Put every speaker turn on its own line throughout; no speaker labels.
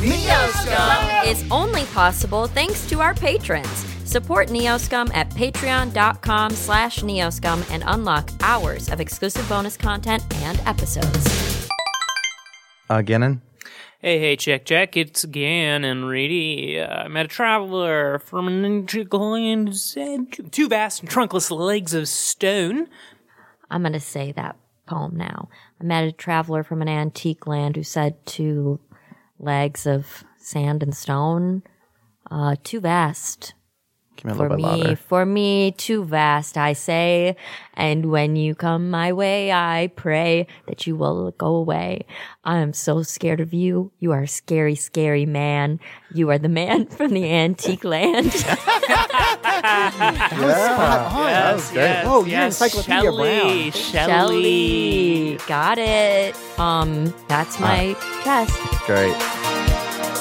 NeoScum!
is only possible thanks to our patrons. Support Neoscum at patreon.com slash neoscum and unlock hours of exclusive bonus content and episodes.
Uh, Gannon?
Hey, hey, check, check. It's Gannon Reedy. Uh, I met a traveler from an integral and said two vast and trunkless legs of stone.
I'm going to say that poem now. I met a traveler from an antique land who said two legs of sand and stone, uh, too vast.
Came out a
For
little bit
me,
louder.
for me, too vast, I say. And when you come my way, I pray that you will go away. I am so scared of you. You are a scary, scary man. You are the man from the antique land.
That was spot on.
That was great.
Oh, Yes,
Whoa, Oh, you're
yes,
Encyclopedia
Shelley,
Brown.
Shelley.
Shelly. Got it. Um, that's
Uh.
my test.
Great.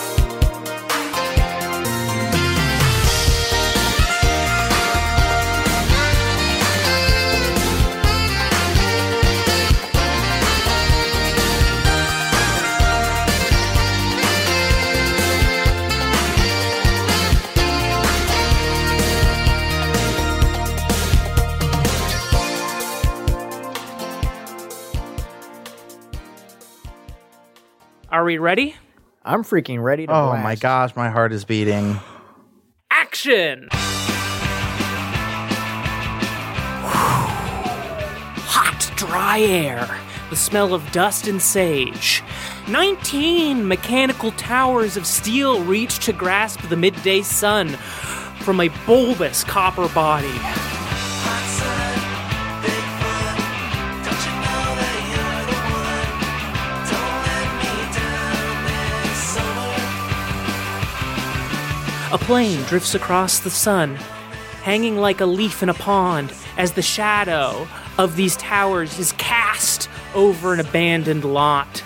Are we ready?
I'm freaking ready to
Oh
blast.
my gosh, my heart is beating.
Action! Hot, dry air. The smell of dust and sage. Nineteen mechanical towers of steel reach to grasp the midday sun from a bulbous copper body. A plane drifts across the sun, hanging like a leaf in a pond as the shadow of these towers is cast over an abandoned lot.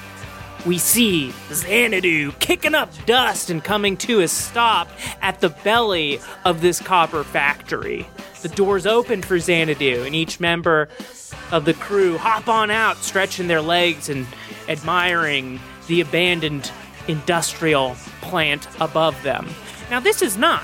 We see Xanadu kicking up dust and coming to a stop at the belly of this copper factory. The doors open for Xanadu, and each member of the crew hop on out, stretching their legs and admiring the abandoned industrial plant above them. Now, this is not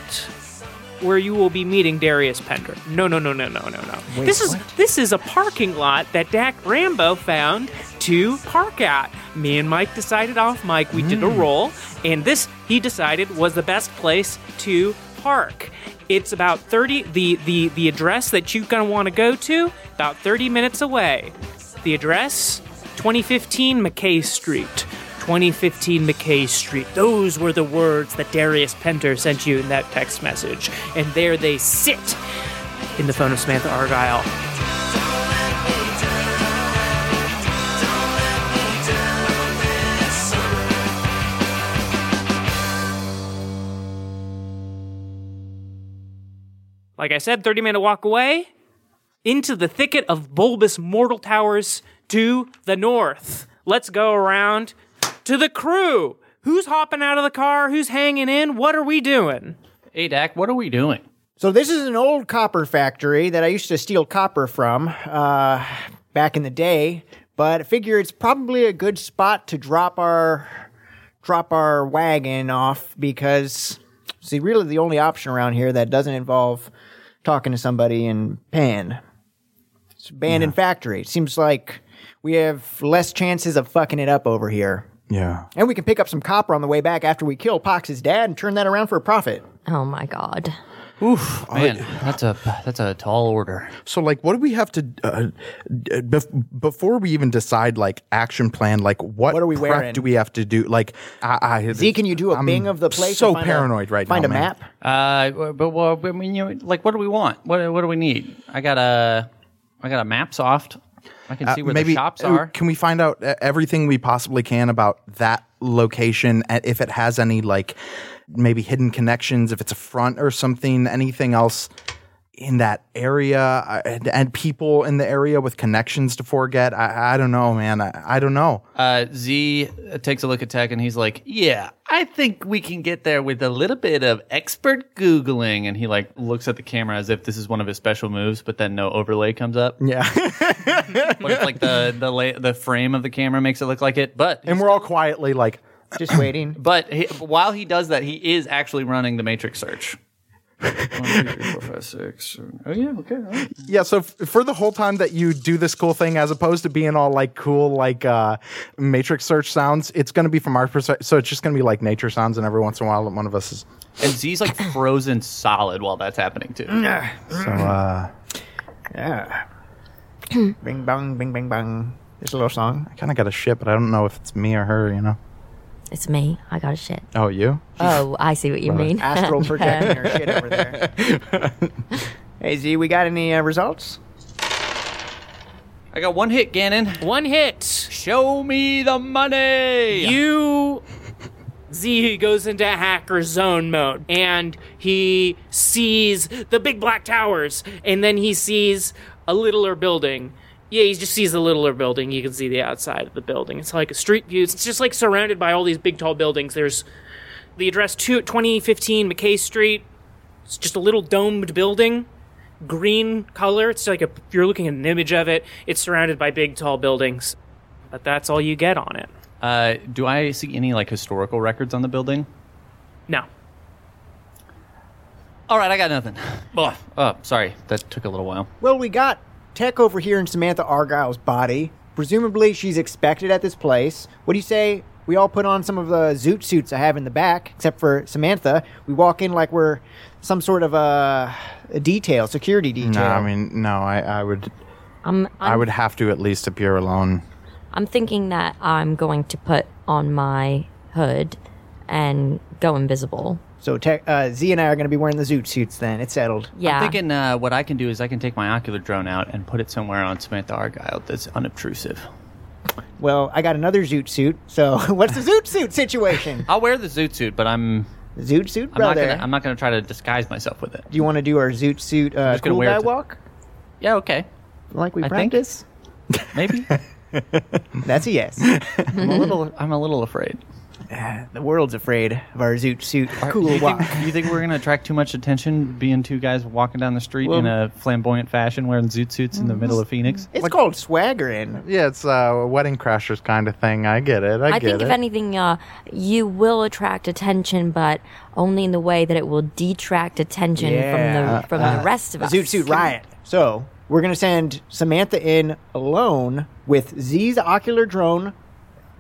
where you will be meeting Darius Pender. No, no, no, no, no, no, no. this is this is a parking lot that Dak Rambo found to park at. Me and Mike decided off Mike. We did a roll, and this he decided was the best place to park. It's about thirty. the the The address that you're gonna want to go to about thirty minutes away. The address 2015 McKay Street. 2015 McKay Street. Those were the words that Darius Penter sent you in that text message. And there they sit in the phone of Samantha Argyle. Like I said, 30 minute walk away into the thicket of bulbous mortal towers to the north. Let's go around to the crew. Who's hopping out of the car? Who's hanging in? What are we doing?
Hey, Dak, what are we doing?
So this is an old copper factory that I used to steal copper from uh, back in the day. But I figure it's probably a good spot to drop our drop our wagon off because see, really the only option around here that doesn't involve talking to somebody in pan. It's abandoned factory. It seems like we have less chances of fucking it up over here.
Yeah.
And we can pick up some copper on the way back after we kill Pox's dad and turn that around for a profit.
Oh my god.
Man, that's a that's a tall order.
So, like, what do we have to uh, d- bef- before we even decide like action plan? Like, what,
What are we
prep
wearing?
Do we have to do like? I, I,
Z, can you do a
I'm
bing of the place?
So
and find a-
paranoid right
find
now.
a
man.
map.
Uh, but well, I mean, you know, like, what do we want? What what do we need? I got a I got a map soft. I can see where
Maybe
the shops
uh,
are.
Can we find out uh, everything we possibly can about that location? and If it has any like maybe hidden connections, if it's a front or something, anything else in that area, uh, and, and people in the area with connections to forget. I, I don't know, man. I, I don't know.
Uh, Z takes a look at Tech and he's like, "Yeah, I think we can get there with a little bit of expert googling." And he like looks at the camera as if this is one of his special moves, but then no overlay comes up.
yeah.
But it's like the the la- the frame of the camera makes it look like it. But
And we're all quietly like,
Just waiting.
But he, while he does that, he is actually running the matrix search. One, two, three, four, five, six, seven. Oh yeah, okay. all right.
Yeah, so f- for the whole time that you do this cool thing, as opposed to being all like cool, like uh, Matrix search sounds, it's going to be from our perspective. So it's just going to be like nature sounds, and every once in a while, one of us is.
And Z's like frozen solid while that's happening too.
So, uh,
Yeah. bing bong, bing bing bong. It's a little song.
I kind of got a shit, but I don't know if it's me or her, you know?
It's me. I got a shit.
Oh, you?
Oh, I see what you mean.
Astral projecting her shit over there. hey Z, we got any uh, results?
I got one hit, Gannon.
One hit.
Show me the money.
You. Z goes into hacker zone mode and he sees the big black towers and then he sees a littler building. Yeah, he just sees the littler building. You can see the outside of the building. It's like a street view. It's just like surrounded by all these big tall buildings. There's the address two, 2015 McKay Street. It's just a little domed building, green color. It's like a, you're looking at an image of it. It's surrounded by big tall buildings. But that's all you get on it.
Uh, do I see any like historical records on the building?
No.
All right, I got nothing. Oh, oh, sorry, that took a little while.
Well, we got Tech over here in Samantha Argyle's body. Presumably, she's expected at this place. What do you say? We all put on some of the zoot suits I have in the back, except for Samantha. We walk in like we're some sort of uh, a detail, security detail.
No, I mean, no, I, I would.
I'm,
I
I'm,
would have to at least appear alone.
I'm thinking that I'm going to put on my hood and go invisible.
So tech, uh, Z and I are going to be wearing the zoot suits then. It's settled.
Yeah.
I'm thinking uh, what I can do is I can take my ocular drone out and put it somewhere on Samantha Argyle that's unobtrusive.
Well, I got another zoot suit. So what's the zoot suit situation?
I'll wear the zoot suit, but I'm
zoot suit,
I'm not
brother.
gonna I'm not gonna try to disguise myself with it.
do you want to do our zoot suit uh,
just gonna
cool
wear it
guy
to-
walk?
Yeah, okay,
Like we
I think-
practice?
maybe.
That's a yes.
I'm a little I'm a little afraid.
the world's afraid of our zoot suit cool
you
walk.
Think, you think we're gonna attract too much attention being two guys walking down the street in a flamboyant fashion wearing zoot suits in the middle of Phoenix?
It's called swaggering.
Yeah, it's uh, a wedding crashers kind of thing. I get it. I,
I
get
think
it.
if anything, uh, you will attract attention, but only in the way that it will detract attention
Yeah. Uh,
from the from the rest
Ah,
of us.
Zoot suit riot. So we're gonna send Samantha in alone with Z's ocular drone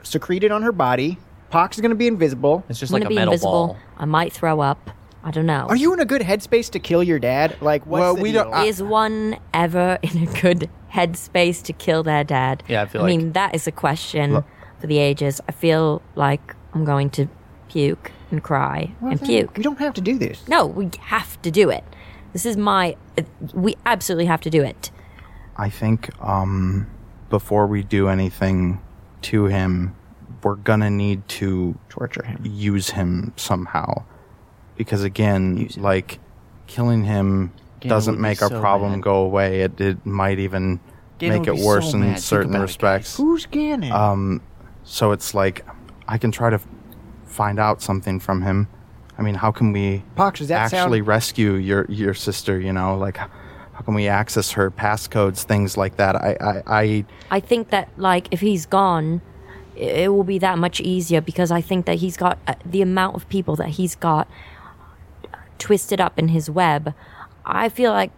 secreted on her body. Pox is gonna be invisible.
I'm
It's just
gonna
like a
be
metal
invisible.
ball.
I might throw up. I don't know.
Are you in a good headspace to kill your dad? Like, what's
Well,
the
we
deal?
don't- I-
Is one ever in a good headspace to kill their dad?
Yeah, I feel
I
like-
mean, that is a question for the ages. I feel like I'm going to puke and cry and puke.
We don't have to do this.
No, we have to do it. This is my. uh, We absolutely have to do it.
I think um, before we do anything to him, we're gonna need to
Torture him.
use him somehow, because again, like killing him
Ganon
doesn't
would
make
be
our
so
problem
mad.
go away. It it might even
Ganon
make
would
it
be
worse
so
in
mad. Think
certain
about it, guys.
respects.
Who's Gannon?
So it's like I can try to f- find out something from him. I mean, how can we
Pox, does that sound-
actually rescue your your sister? You know, like how can we access her passcodes, things like that? I I, I
I think that like if he's gone, i- it will be that much easier because I think that he's got uh, the amount of people that he's got twisted up in his web. I feel like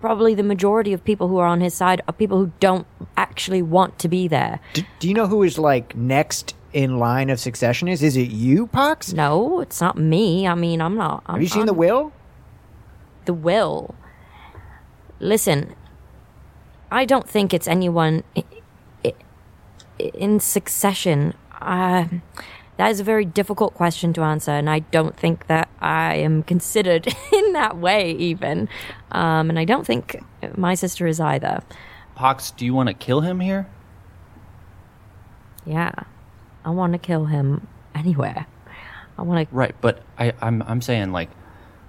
probably the majority of people who are on his side are people who don't actually want to be there.
do, do you know who is like next in line of succession? Is is it you, Pox?
No, it's not me. I mean, I'm not. I'm,
Have you seen
I'm
the will?
the will. Listen, I don't think it's anyone i- i- in succession. Uh, that is a very difficult question to answer, and I don't think that I am considered in that way, even. Um, and I don't think my sister is either.
Pox, Mm-hmm. do you want to kill him here?
Yeah. I want to kill him anywhere. I want to.
Right, but I, I'm I'm saying like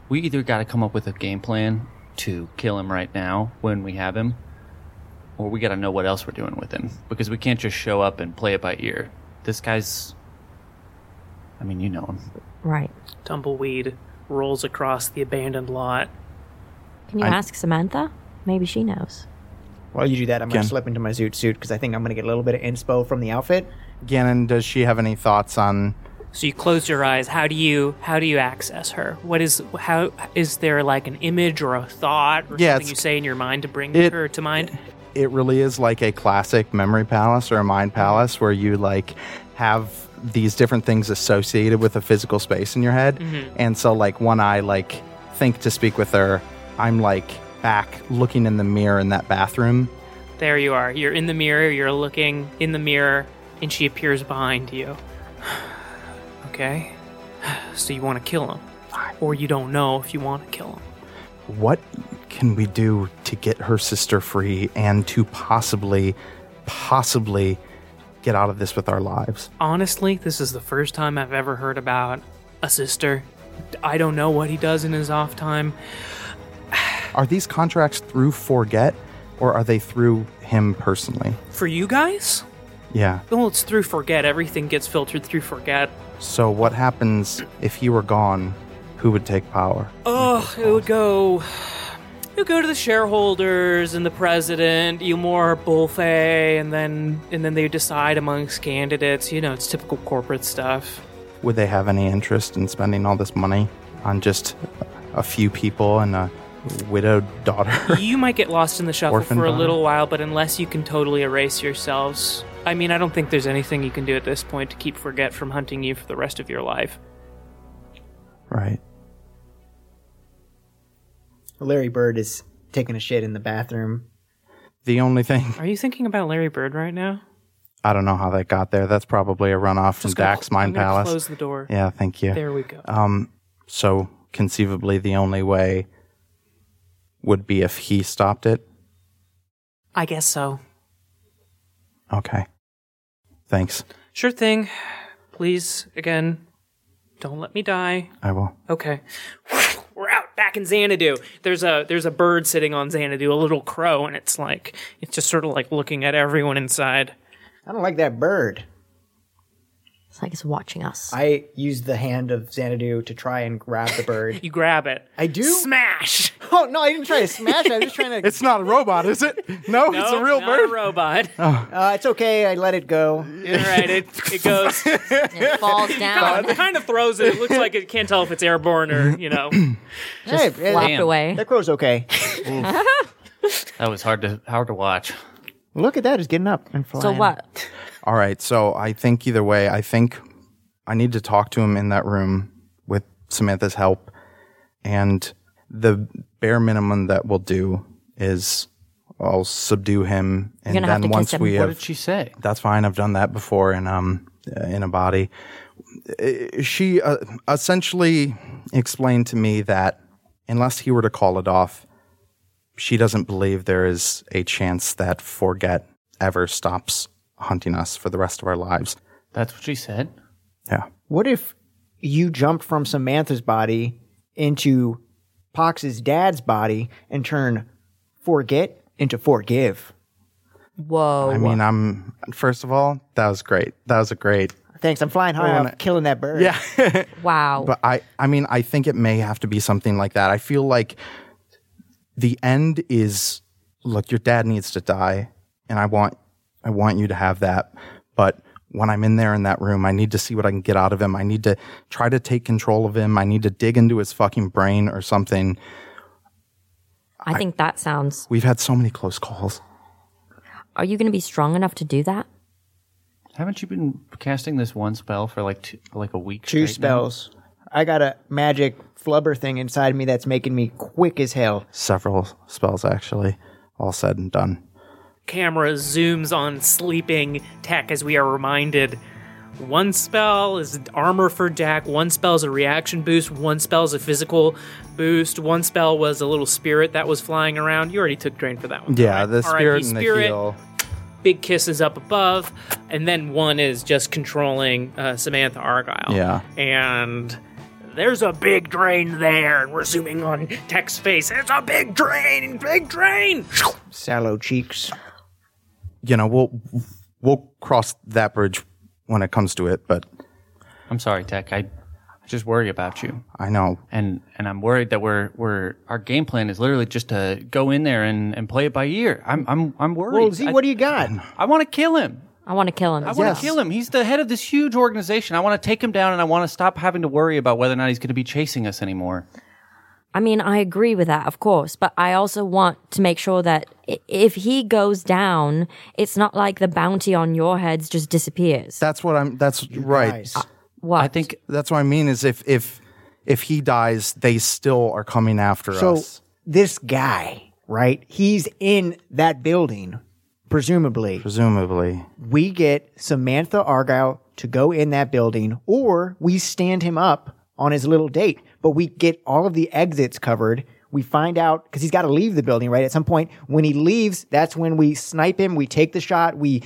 we either got to come up with a game plan to kill him right now when we have him, or we got to know what else we're doing with him because we can't just show up and play it by ear. This guy's. I mean, you know him.
Right.
Tumbleweed rolls across the abandoned lot.
Can you
I-
ask Samantha? Maybe she knows.
While you do that, I'm
Can.
gonna slip into my zoot suit because I think I'm gonna get a little bit of inspo from the outfit.
Gannon, does she have any thoughts on
So you close your eyes. How do you how do you access her? What is how is there like an image or a thought or
Yeah,
something
it's-
you say in your mind to bring
it-
her to mind?
it really is like a classic memory palace or a mind palace where you like have these different things associated with a physical space in your head
Mm-hmm.
and so like when i like think to speak with her i'm like back looking in the mirror in that bathroom
There you are. You're in the mirror. You're looking in the mirror, and she appears behind you. okay. So you want to kill him, or you don't know if you want to kill him.
what can we do to get her sister free and to possibly possibly get out of this with our lives
honestly, this is the first time I've ever heard about a sister. I don't know what he does in his off time.
are these contracts through forget or are they through him personally
For you guys?
yeah
Well, it's through Forget. Everything gets filtered through Forget.
So what happens if he were gone? Who would take power?
Oh, it would go. It would go to the shareholders and the president, Elmore, Bullfay, and then and then they decide amongst candidates. You know, it's typical corporate stuff.
Would they have any interest in spending all this money on just a few people and a widowed daughter?
you might get lost in the shuffle
Orphan
for a
Bond.
little while, but unless you can totally erase yourselves, I mean, I don't think there's anything you can do at this point to keep Forget from hunting you for the rest of your life.
right.
Larry Bird is taking a shit in the bathroom.
The only thing
Are you thinking about Larry Bird right now?
I don't know how that got there. That's probably a runoff from
gonna
Dax
cl-
Mine
I'm gonna
Palace.
Close the door.
Yeah, Um, thank you.
There we go.
So conceivably the only way would be if he stopped it.
I guess so.
Okay. Thanks.
Sure thing. Please, again, don't let me die.
I will.
Okay. We're out back in Xanadu. There's a there's a bird sitting on Xanadu, a little crow, and it's like it's just sort of like looking at everyone inside.
I don't like that bird.
It's like it's watching us.
I use the hand of Xanadu to try and grab the bird.
You grab it.
I do?
Smash.
oh, no, I didn't try to smash it. I was just trying to.
It's not a robot, is it? No, it's a
No,
real
Oh, not
bird.
A robot.
Uh, it's okay. I let it go.
All right, it, it goes,
it falls down.
it kind of throws it. It looks like it can't tell if it's airborne or, you know.
Hey,
Just
it-
flopped
Damn.
away.
that crow's okay.
That was hard to hard to watch.
Look at that. It's getting up and flying.
So what?
All right. So I think either way, I think I need to talk to him in that room with Samantha's help. And the bare minimum that we'll do is I'll subdue him. And
gonna have to
then
kiss
once
him.
we
What
have,
did she say?
that's fine. I've done that before in, um, in a body. Uh, She uh, essentially explained to me that unless he were to call it off, she doesn't believe there is a chance that Forget ever stops hunting us for the rest of our lives.
That's what she said.
Yeah.
What if you jumped from Samantha's body into Pox's dad's body and turn forget into forgive?
Whoa.
I mean, I'm first of all, that was great. That was a great.
Thanks. I'm flying high off killing that bird. Yeah.
wow.
But I I mean, I think it may have to be something like that. I feel like the end is look, your dad needs to die and I want I want you to have that. But when I'm in there in that room, I need to see what I can get out of him. I need to try to take control of him. I need to dig into his fucking brain or something.
I think that sounds.
We've had so many close calls.
Are you going to be strong enough to do that?
Haven't you been casting this one spell for like two, like a week?
Two
straight now?
spells. I got a magic flubber thing inside me that's making me quick as hell.
Several spells actually, all said and done.
Camera zooms on sleeping tech as we are reminded. One spell is armor for Dak, one spell is a reaction boost, one spell is a physical boost, one spell was a little spirit that was flying around. You already took drain for that one.
Yeah,
All
the
right. RIP
spirit and the
spirit.
heel.
Big kisses up above, and then one is just controlling uh, Samantha Argyle.
Yeah.
and there's a big drain there, and we're zooming on Tech's face. It's a big drain, big drain.
Sallow cheeks.
you know, we'll we'll cross that bridge when it comes to it. But
I'm sorry, Tech. I I just worry about you,
I know
and and I'm worried that we're we're our game plan is literally just to go in there and, and play it by ear. I'm I'm I'm worried.
Well, Z,
I,
what do you got?
I want to kill him.
I want to kill him.
I
as
want
well.
to kill him. He's the head of this huge organization. I want to take him down and I want to stop having to worry about whether or not he's going to be chasing us anymore.
I mean, I agree with that, of course, but I also want to make sure that i- if he goes down, it's not like the bounty on your heads just disappears.
That's what I'm. That's right. Uh,
Nice.
what?
I think
That's what I mean. Is if if if he dies, they still are coming after
So
us.
this guy, right? He's in that building, presumably.
Presumably,
We get Samantha Argyle to go in that building, or we stand him up on his little date. But we get all of the exits covered. We find out because he's got to leave the building, right? At some point, when he leaves, that's when we snipe him. We take the shot. We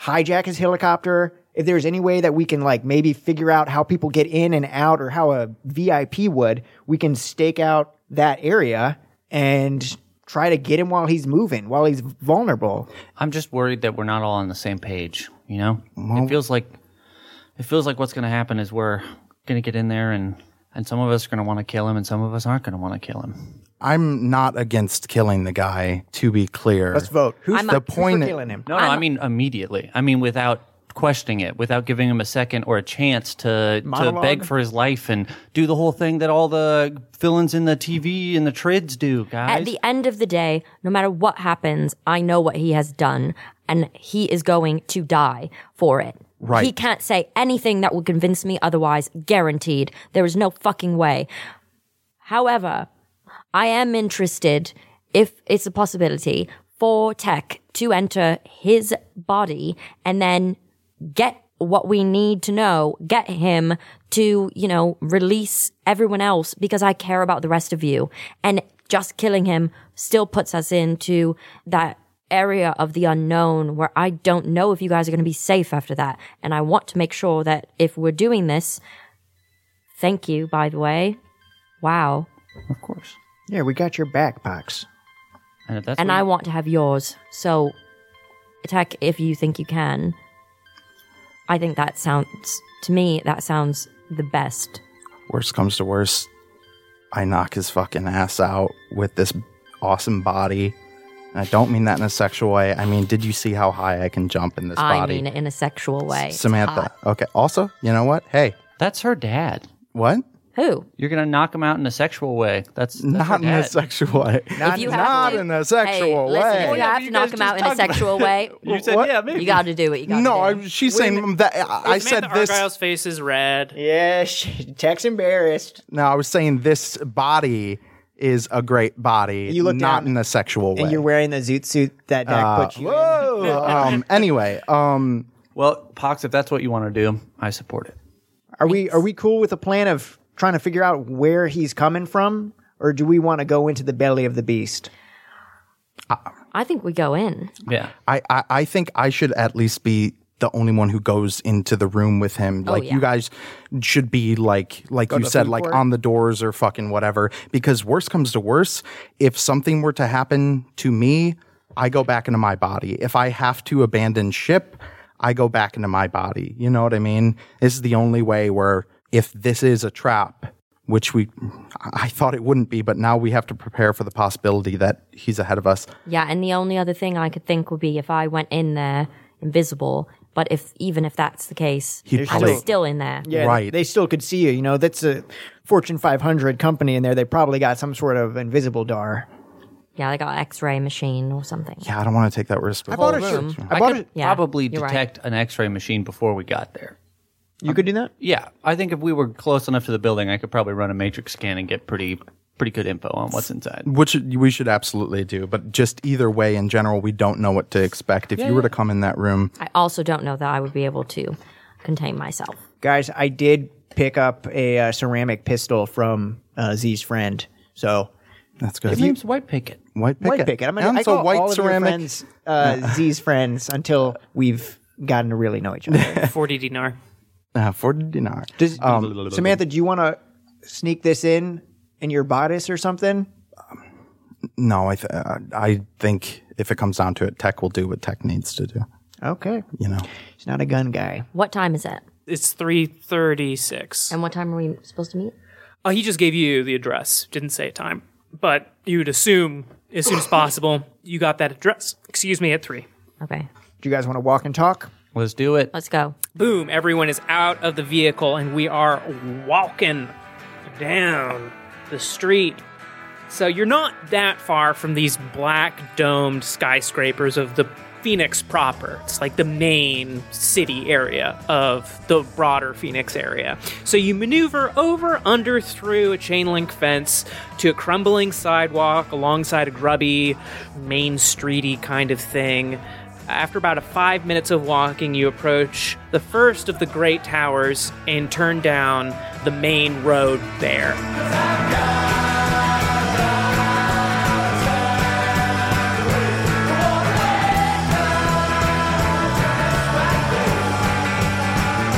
hijack his helicopter. If there's any way that we can, like, maybe figure out how people get in and out or how a VIP would, we can stake out that area and try to get him while he's moving, while he's vulnerable.
I'm just worried that we're not all on the same page. You know, it feels like it feels like what's going to happen is we're going to get in there and and some of us are going to want to kill him and some of us aren't going to want to kill him.
I'm not against killing the guy. To be clear,
Let's vote. Who's
the
Who's
point?
for killing him?
No, no, I mean immediately. I mean without questioning it, without giving him a second or a chance to to
Monologue?
beg for his life and do the whole thing that all the villains in the TV and the trids do, guys.
At the end of the day, no matter what happens, I know what he has done, and he is going to die for it.
Right.
He can't say anything that will convince me otherwise, guaranteed. There is no fucking way. However, I am interested, if it's a possibility, for Tech to enter his body and then get what we need to know, get him to, you know, release everyone else because I care about the rest of you. And just killing him still puts us into that area of the unknown where I don't know if you guys are going to be safe after that. And I want to make sure that if we're doing this, thank you, by the way. Wow.
of course.
Yeah, we got your back, Pox.
And if that's
and
what
I
you-
want to have yours. So attack if you think you can. I think that sounds to me that sounds the best.
worst comes to worst, I knock his fucking ass out with this awesome body. And I don't mean that in a sexual way. I mean, did you see how high I can jump in this
I
body?
mean it in a sexual way. Uh,
Samantha. Okay. Also, you know what? Hey,
that's her dad.
what?
Who?
You're gonna knock him out in a sexual way. That's, that's her
not in a
dad.
sexual way.
Not,
you have
Not
to-
in a sexual
hey, Listen, if
way.
you have to knock him out in a sexual way,
You said yeah, maybe.
you got to do what you got to
No,
do.
I, she's saying that. I, I said
Samantha
this.
Argyle's face is red.
yeah, she, Tech's embarrassed.
No, I was saying this body is a great body.
You look
not
down
in a sexual way.
And you're wearing the zoot suit that Dak put you in.
Whoa. um, anyway, um,
Well, Pox, if that's what you want to do, I support it.
Are we are we cool with a plan of trying to figure out where he's coming from, or do we want to go into the belly of the beast?
I think we go in.
Yeah.
I, I, I think I should at least be the only one who goes into the room with him. like
yeah.
you guys should be like like you said,
food
like
court?
on the doors or fucking whatever. Because worse comes to worse, if something were to happen to me, I go back into my body. If I have to abandon ship, I go back into my body. You know what I mean? This is the only way where if this is a trap, which we I thought it wouldn't be, but now we have to prepare for the possibility that he's ahead of us.
Yeah, and the only other thing I could think would be if I went in there invisible, but if even if that's the case,
He'd
I
probably-
was still in there.
Yeah,
Right.
They still could see you. You know, that's a Fortune 500 company in there. They probably got some sort of invisible dar.
Yeah, they got X-ray machine or something.
Yeah, I don't want to take that risk. I
bought a
room.
I bought it.
Yeah,
Probably
you're right.
detect an X-ray machine before we got there.
You could do that.
Yeah, I think if we were close enough to the building, I could probably run a matrix scan and get pretty pretty good info on what's inside.
which we should absolutely do but just either way in general we don't know what to expect if you were to come in that room
I also don't know that I would be able to contain myself.
Guys, I did pick up a uh, ceramic pistol from uh, Z's friend. So
that's good
His name's White Picket.
white picket
White picket. I'm gonna
and
I
so
call
white
all
ceramic
of your friends uh, Z's friends until we've gotten to really know each other.
40 dinar.
uh, for dinar
Does, Um, Samantha, do you want to sneak this in in your bodice or something?
no i th- uh, i think if it comes down to it tech will do what tech needs to do
Okay,
you know
he's not a gun guy.
What time is it?
It's 336.
And what time are we supposed to meet?
Oh, he just gave you the address. Didn't say time. But you'd assume as soon as possible you got that address. Excuse me, at 3.
Okay.
Do you guys want to walk and talk?
Let's do it.
Let's go.
Boom, everyone is out of the vehicle and we are walking down the street. So you're not that far from these black domed skyscrapers of the Phoenix proper. It's like the main city area of the broader Phoenix area. So you maneuver over, under, through a chain link fence to a crumbling sidewalk alongside a grubby, main streety kind of thing. After about a five minutes of walking, you approach the first of the great towers and turn down the main road there.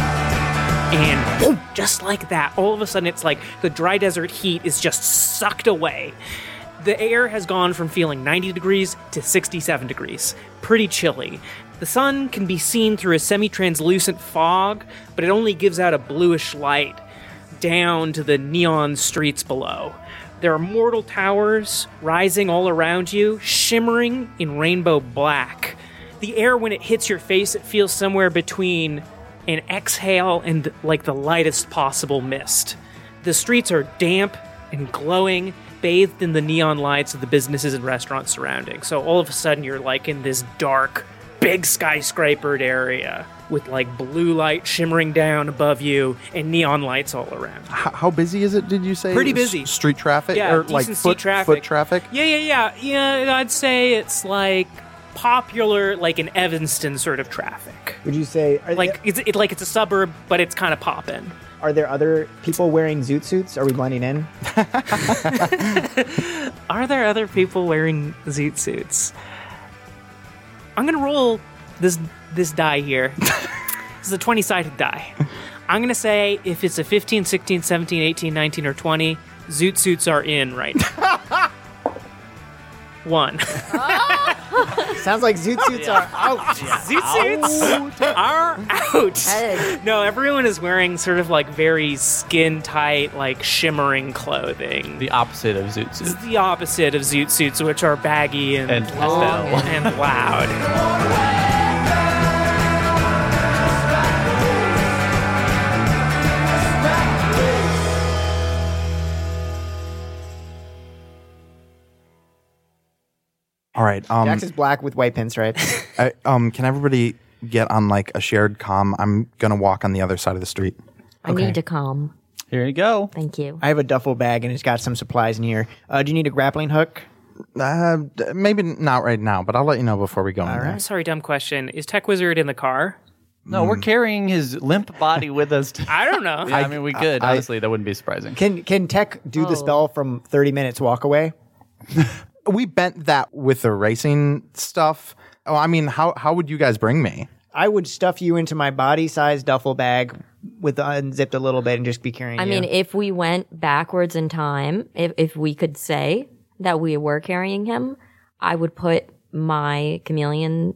And boom, just like that, all of a sudden it's like the dry desert heat is just sucked away. The air has gone from feeling 90 degrees to 67 degrees. Pretty chilly. The sun can be seen through a semi translucent fog, but it only gives out a bluish light down to the neon streets below. There are mortal towers rising all around you, shimmering in rainbow black. The air, when it hits your face, it feels somewhere between an exhale and like the lightest possible mist. The streets are damp and glowing, bathed in the neon lights of the businesses and restaurants surrounding. So all of a sudden, you're like in this dark, big skyscrapered area with like blue light shimmering down above you and neon lights all around.
How, how busy is it? Did you say?
Pretty
S-
busy.
street traffic
Yeah,
or like
decent
foot
seat traffic.
foot traffic.
Yeah, yeah, yeah. Yeah, I'd say it's like popular, like an Evanston sort of traffic.
Would you say are,
Like it's it, like it's a suburb, but it's kind of poppin'.
are there other people wearing zoot suits? Are we blending in?
Are there other people wearing zoot suits? I'm gonna roll this this die here. this is a 20 sided die. I'm gonna say if it's a 15, 16, 17, 18, 19, or 20, zoot suits are in right now. One.
Sounds like zoot suits are out.
Zoot suits are
Hey.
out. No, everyone is wearing sort of like very skin tight, like shimmering clothing.
The opposite of Zoot Suit.
It's the opposite of zoot suits, which are baggy and,
And
long
pastel.
and loud.
All right. Um,
Jax is black with white pinstripes.
I, um, can everybody get on like a shared com? I'm gonna walk on the other side of the street.
I need to calm.
Here you go.
Thank you.
I have a duffel bag and it's got some supplies in here. Uh, do you need a grappling hook?
Uh, d- maybe not right now, but I'll let you know before we go. in there.
I'm sorry, dumb question. Is Tech Wizard in the car?
No, we're carrying his limp body with us. to-
I don't know.
Yeah, I, mean, we could. Honestly, that wouldn't be surprising.
Can can Tech do the spell from thirty minutes walk away?
We bent that with the racing stuff. Oh, I mean, how how would you guys bring me?
I would stuff you into my body size duffel bag with unzipped a little bit and just be carrying.
I
you.
mean, if we went backwards in time, if, if we could say that we were carrying him, I would put my chameleon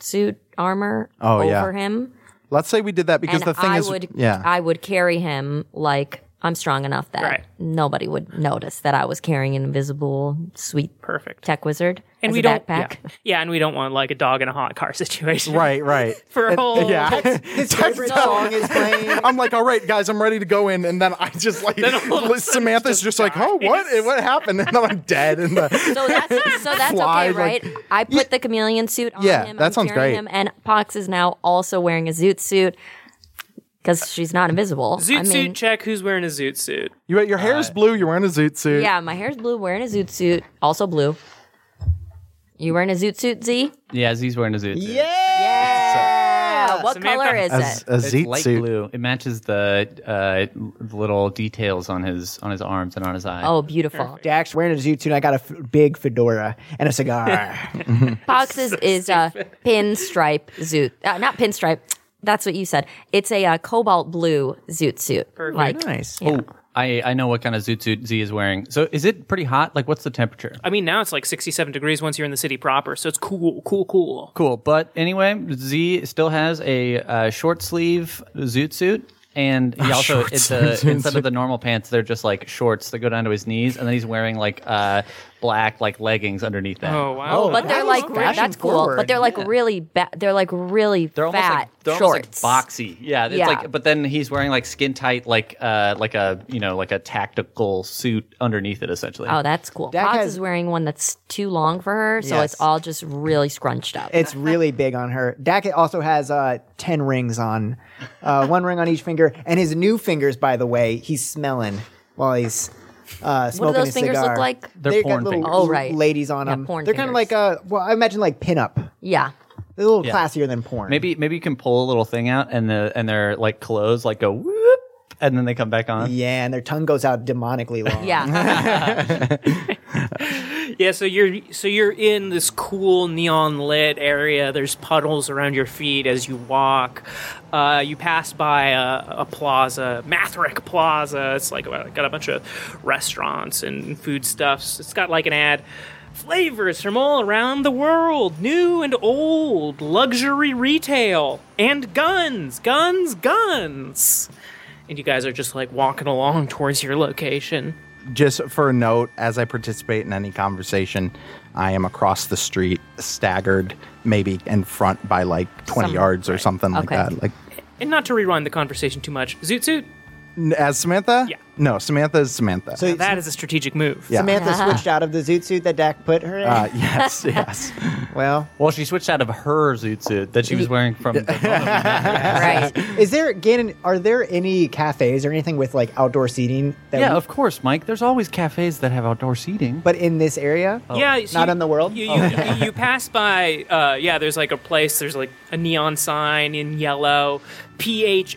suit armor
Oh,
over
yeah.
him.
Let's say we did that because
and
the thing
I
is,
would
yeah,
I would carry him like I'm strong enough that
Right.
nobody would notice that I was carrying an invisible sweet
Perfect.
tech wizard
and
as
we
a
don't.
backpack.
Yeah. Yeah, and we don't want like a dog in a hot car situation.
right, right.
For a whole.
yeah.
his favorite song is playing.
I'm like, all right, guys, I'm ready to go in, and then I just like Samantha's just, like, oh, what, what happened? And then I'm dead. And the,
So that's so that's
Fly,
okay, right?
like-
I put the chameleon suit on
Yeah,
him.
that
I'm
sounds
carrying
great.
Him, and Pox is now also wearing a zoot suit because she's not invisible.
Zoot
I mean,
suit check. Who's wearing a zoot suit?
you, your hair's blue. You're wearing a zoot suit.
yeah, my hair's blue. Wearing a zoot suit, also blue. You wearing a zoot suit, Z?
Yeah, Z's wearing a Zoot Suit.
Yeah.
Yeah. Uh, What
Uh, Samantha-
color is
As
it?
a
It's
zoot
light
suit.
blue. It matches the uh, l- little details on his on his arms and on his eye.
Oh, beautiful.
Dax wearing a zoot suit. and I got a f- big fedora and a cigar.
Boxes is a pinstripe zoot. Uh, not pinstripe. That's what you said. It's a uh, cobalt blue zoot suit. Like,
nice.
Oh, I I know what kind of Zoot Suit Z is wearing. So is it pretty hot? Like, what's the temperature?
I mean, now it's like 67 degrees once you're in the city proper, so it's cool, cool, cool.
Cool. But anyway, Z still has a uh, short sleeve zoot suit. And he also,
short
it's
sleeve
a,
zoot
instead
suit.
of the normal pants, they're just like shorts that go down to his knees. And then he's wearing like uh, black like leggings underneath them.
Oh wow!
But they're
That
like
is
re-
fashion
that's cool.
forward.
But they're like really ba- they're like really
They're almost
fat
like they're
shorts.
almost like boxy. Yeah, it's
Yeah.
like but then he's wearing like skin tight like uh like a you know like a tactical suit underneath it essentially.
Oh, that's cool.
That
Potts
has-
is wearing one that's too long for her, so
Yes.
it's all just really scrunched up.
It's really big on her. Dak also has uh, 10 rings on, uh, one ring on each finger. And his new fingers, by the way, he's smelling while he's uh, smoking
what do those
his
fingers
cigar.
look like?
They're
They've
porn
got little
fingers.
Oh, right.
ladies on
Yeah,
them.
porn
They're kind of
fingers.
like, uh, well, I imagine like pinup.
Yeah.
They're a little classier than porn.
Maybe maybe you can pull a little thing out and the and their like clothes like go whoop and then they come back on.
Yeah, and their tongue goes out demonically long.
Yeah.
Yeah, so you're so you're in this cool neon lit area. There's puddles around your feet as you walk. Uh, you pass by a, a plaza, Mathrick Plaza. It's like well, got a bunch of restaurants and foodstuffs. It's got like an ad. Flavors from all around the world, new and old, luxury retail, and guns, guns, guns. And you guys are just like walking along towards your location.
Just for a note, as I participate in any conversation, I am across the street, staggered, maybe in front by like 20
Some-
yards or something
Okay.
like that. Like,
And not to rewind the conversation too much, Zoot Zoot,
n- as Samantha?
Yeah.
No, Samantha is Samantha.
So
that is a strategic move.
Yeah.
Samantha switched out of the zoot suit that Dak put her in.
uh, yes, yes.
well,
Well, she switched out of her zoot suit that she was wearing from.
right.
is there Gannon? Are there any cafes or anything with like outdoor seating? That
yeah,
we-
of course, Mike. There's always cafes that have outdoor seating.
but in this area,
Yeah, so
Oh, Not
you-
in the world? Oh.
You, you, you pass by. Uh, yeah, there's like a place. There's like a neon sign in yellow.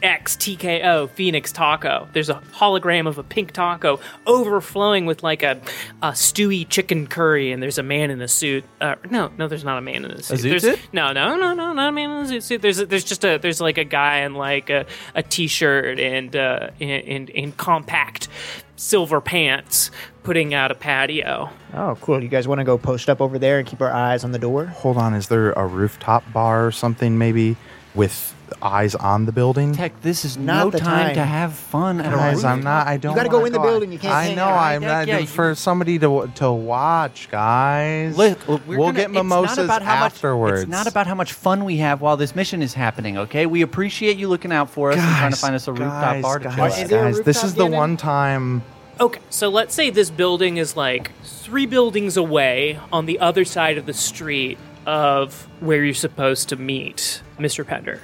PHXTKO Phoenix Taco. There's a hologram of a pink taco overflowing with like a, a stewy chicken curry, and there's a man in a suit. Uh, no, no, there's not a man in a suit.
zoot
There's-
suit?
No, no, no, no, not a man in a zoot suit. There's there's just a there's like a guy in like a, a t-shirt and uh, and, and and compact silver pants putting out a patio.
oh, cool. You guys want to go post up over there and keep our eyes on the door?
Hold on, is there a rooftop bar or something maybe with eyes on the building?
Tech, this is
Not
no
the
time,
time.
to have fun at
Guys,
a
I'm not. I don't.
gotta
wanna
go in the building, you can't
I
hang
know.
out.
I'm
Yeah,
not
yeah, you-
for somebody to to watch, guys.
Look,
we'll
look, we're gonna-
get
it's not
mimosas
about how much-
afterwards.
it's not about how much fun we have while this mission is happening. Okay, we appreciate you looking out for us and trying to
Guys,
find us a rooftop
guys,
bar to chill
Guys,
at.
there a
guys, this
rooftop
is the
yet in-
one time.
Okay, so let's say this building is like three buildings away on the other side of the street of where you're supposed to meet Mr. Pender.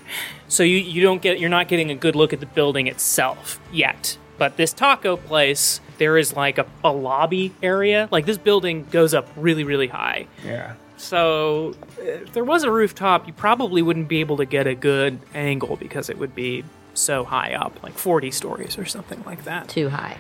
So you, you don't get you're not getting a good look at the building itself yet. But this taco place, there is like a, a lobby area. Like this building goes up really, really high.
Yeah.
So if there was a rooftop, you probably wouldn't be able to get a good angle because it would be so high up, like 40 stories or something like that.
Too high.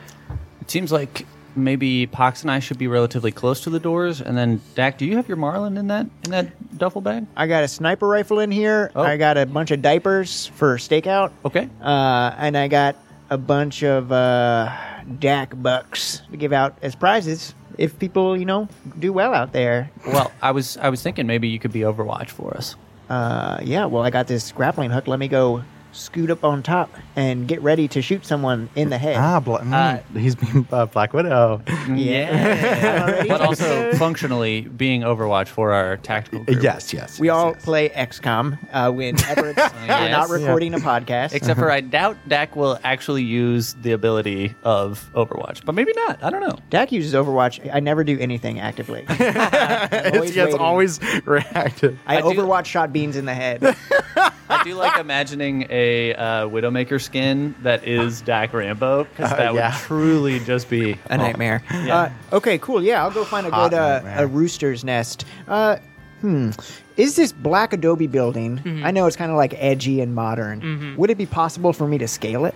It seems like maybe Pox and I should be relatively close to the doors. And then Dak, do you have your Marlin in that in that duffel bag?
I got a sniper rifle in here.
Oh.
I got a bunch of diapers for stakeout.
Okay.
Uh, and I got a bunch of uh, Dak bucks to give out as prizes if people, you know, do well out there.
Well, I was I was thinking maybe you could be Overwatch for us.
Uh, yeah, well, I got this grappling hook. Let me go scoot up on top and get ready to shoot someone in the head.
Ah, Bla- mm, he's being uh, Black Widow.
Yeah.
I'm already-
but also functionally being Overwatch for our tactical group.
yes, yes.
we
yes,
all
yes.
play XCOM uh, whenever it's, we're not
Yes.
recording a podcast.
Except for I doubt Dak will actually use the ability of Overwatch, but maybe not. I don't know.
Dak uses Overwatch. I never do anything actively. I'm
It's, yeah, it's
waiting.
always reactive.
I,
I do-
Overwatch shot beans in the head.
I do like imagining a uh, Widowmaker skin that is Dak Rambo because that
yeah.
would truly just be
a nightmare. Uh, okay, cool. Yeah, I'll go find a
Hot
good uh,
nightmare.
a rooster's nest. Uh, hmm, is this black adobe building? I know it's kind of like edgy and modern. Would it be possible for me to scale it?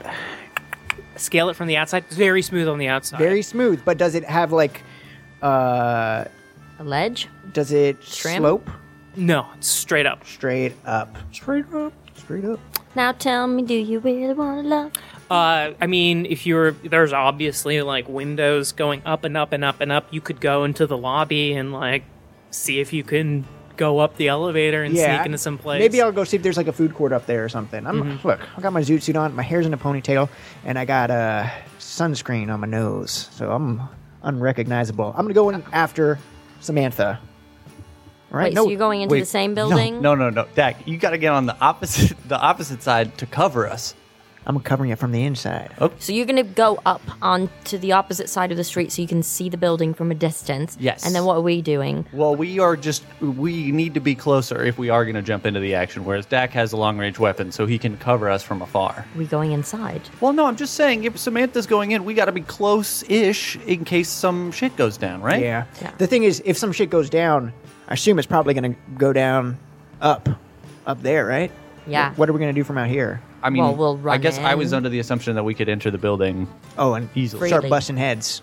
scale it from the outside. Very smooth on the outside.
Very smooth, but does it have like? Uh,
A ledge?
does it
Trim?
slope
no, it's straight up.
straight up? Straight up. Straight up.
Now tell me, do you really want to love?
Uh, I mean, if you're there's obviously like windows going up and up and up and up. You could go into the lobby and like see if you can go up the elevator and sneak into some place.
Maybe I'll go see if there's like a food court up there or something. I'm
Mm-hmm.
look. I got my zoot suit on, my hair's in a ponytail, and I got uh, sunscreen on my nose. So I'm unrecognizable. I'm going to go in after Samantha. All right.
Wait,
no,
so you're going into
wait,
the same building?
No, no, no, Dak, you got to get on the opposite the opposite side to cover us.
I'm covering it from the inside.
So you're going to go up onto the opposite side of the street so you can see the building from a distance.
Yes.
And then what are we doing?
Well, we are just we need to be closer if we are going to jump into the action. Whereas Dak has a long range weapon, so he can cover us from afar.
we going inside?
Well, no, I'm just saying if Samantha's going in, we got to be close-ish in case some shit goes down, right?
Yeah.
Yeah.
The thing is, if some shit goes down, I assume it's probably going to go down up, up there, right?
Yeah.
What, what are we going to do from out here?
I mean,
Well, we'll run
I guess I
in.
was under the assumption that we could enter the building.
Oh, and
Easily.
start
Freely.
busting heads.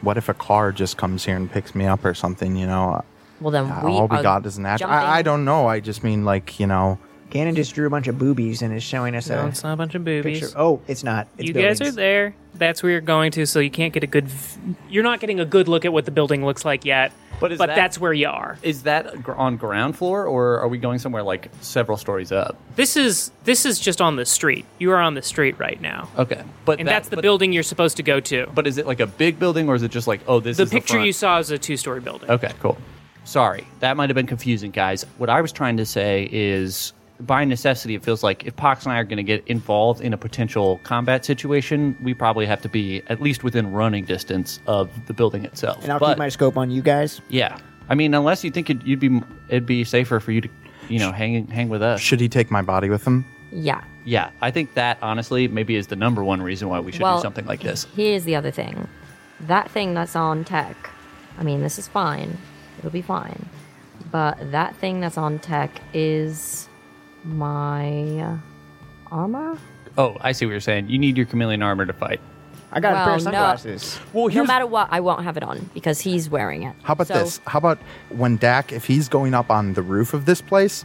What if a car just comes here and picks me up or something? You know,
Well, then we
Uh, all we
are
got is an action.
jumping.
I, I don't know. I just mean like you know.
Cannon just drew a bunch of boobies and is showing us
No,
a
it's not a bunch of
picture.
boobies.
Oh, it's not. It's
You guys are
buildings.
there. That's where you're going to, so you can't get a good. v- You're not getting a good look at what the building looks like yet.
But is that-
that's where you are.
Is that gr- on ground floor, or are we going somewhere like several stories up?
This is this is just on the street. You are on the street right now,
Okay, but
and
Oh, that-
that's the
but-
building you're supposed to go to.
But is it like a big building, or is it just like oh, this
the
is
picture
front?
you saw is a two-story building.
Okay, cool. Sorry, that might have been confusing, guys. What I was trying to say is, by necessity, it feels like if Pox and I are going to get involved in a potential combat situation, we probably have to be at least within running distance of the building itself.
And I'll
But-
keep my scope on you guys.
yeah. I mean, unless you think it'd, you'd be, it'd be safer for you to, you know, hang hang with us.
Should he take my body with him?
Yeah.
Yeah, I think that honestly maybe is the number one reason why we should do something like this.
Here's the other thing. That thing that's on tech. I mean, this is fine. It'll be fine. But that thing that's on tech is my armor.
Oh, I see what you're saying. You need your chameleon armor to fight.
I got a
Well,
pair
no.
of sunglasses.
Well,
No matter what, I won't have it on because he's wearing it.
How about
So-
this? How about when Dak, if he's going up on the roof of this place,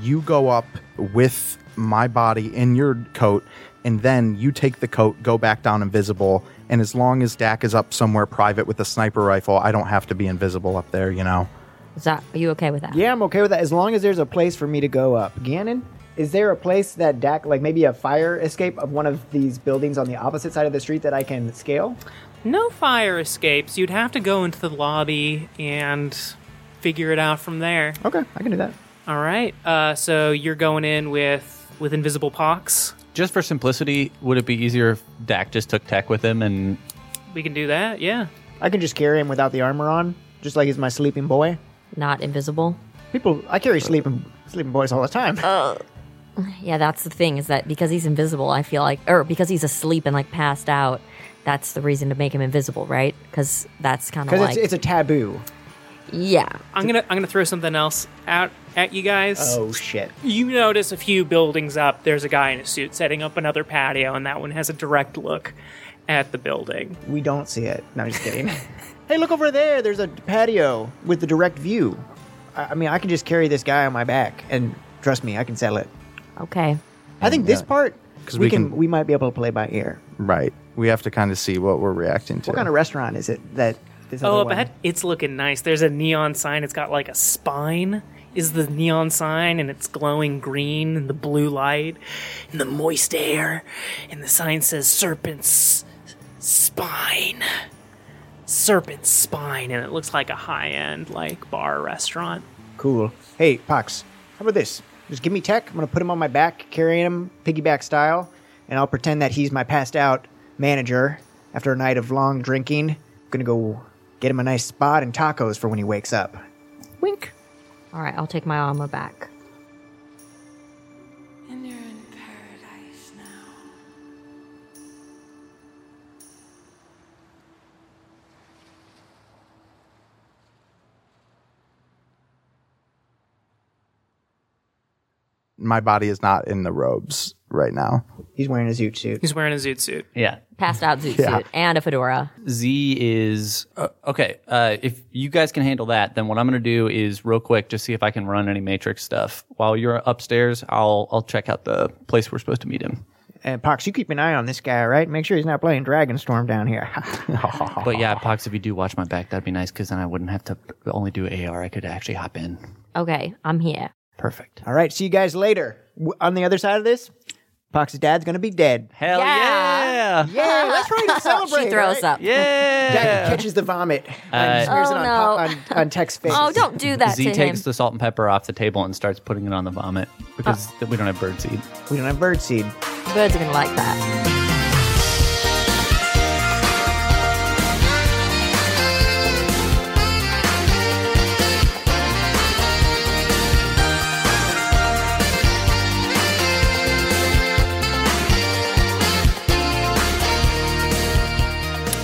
you go up with my body in your coat, and then you take the coat, go back down invisible, and as long as Dak is up somewhere private with a sniper rifle, I don't have to be invisible up there, you know?
Is that? Are you okay with that?
Yeah, I'm okay with that as long as there's a place for me to go up. Gannon, is there a place that Dak, like maybe a fire escape of one of these buildings on the opposite side of the street that I can scale?
No fire escapes. You'd have to go into the lobby and figure it out from there.
Okay, I can do that.
All right. Uh, so you're going in with with invisible pox.
Just for simplicity, would it be easier if Dak just took tech with him and
We can do that. Yeah.
I can just carry him without the armor on, just like he's my sleeping boy.
Not invisible.
People, I carry sleeping sleeping boys all the time.
Yeah, that's the thing is that because he's invisible, I feel like, or because he's asleep and like passed out, that's the reason to make him invisible, right? Because that's kind of
Because
like,
it's, it's a taboo.
yeah,
I'm gonna I'm gonna throw something else out at you guys.
Oh shit!
You notice a few buildings up. There's a guy in a suit setting up another patio, and that one has a direct look at the building.
We don't see it. No, I'm just kidding. hey, look over there. There's a patio with the direct view. I, I mean, I can just carry this guy on my back, and trust me, I can sell it.
okay.
I think this part,
'Cause
uh, we,
we
can,
can-
we might be able to play by ear.
Right. We have to kind of see what we're reacting to.
What kind of restaurant is it that? This
Oh,
other
up
one-
ahead, it's looking nice. There's a neon sign. It's got like a spine. Is the neon sign, and it's glowing green in the blue light, in the moist air, and the sign says "Serpent's Spine." Serpent's Spine, and it looks like a high-end like bar restaurant.
Cool. Hey, Pox, how about this? Just give me tech. I'm going to put him on my back, carrying him piggyback style, and I'll pretend that he's my passed out manager after a night of long drinking. I'm going to go get him a nice spot and tacos for when he wakes up. Wink.
All right, I'll take my armor back.
And you're in paradise now.
my body is not in the robes right now.
He's wearing a zoot suit.
He's wearing a zoot suit.
yeah.
Passed out zoot
Yeah.
suit and a fedora.
Z is uh, okay. Uh, if you guys can handle that, then what I'm going to do is real quick just see if I can run any matrix stuff while you're upstairs. I'll I'll check out the place we're supposed to meet him.
And Pox, you keep an eye on this guy, all right? Make sure he's not playing Dragonstorm down here.
But yeah, Pox, if you do watch my back, that'd be nice because then I wouldn't have to only do AR. I could actually hop in.
Okay, I'm here.
Perfect.
all right, see you guys later. W- on the other side of this, Pox's dad's gonna be dead.
Hell
Yeah.
yeah.
Yeah, that's right. Celebrate.
she throws
right?
up.
Yeah.
Jack catches the vomit and
Uh,
smears it
Oh,
on,
no.
Pop- on, on Tech's face.
Oh, don't do that
Z
to
takes
him.
the salt and pepper off the table and starts putting it on the vomit because
Oh.
th- we don't have birdseed.
We don't have birdseed.
Birds are gonna like that.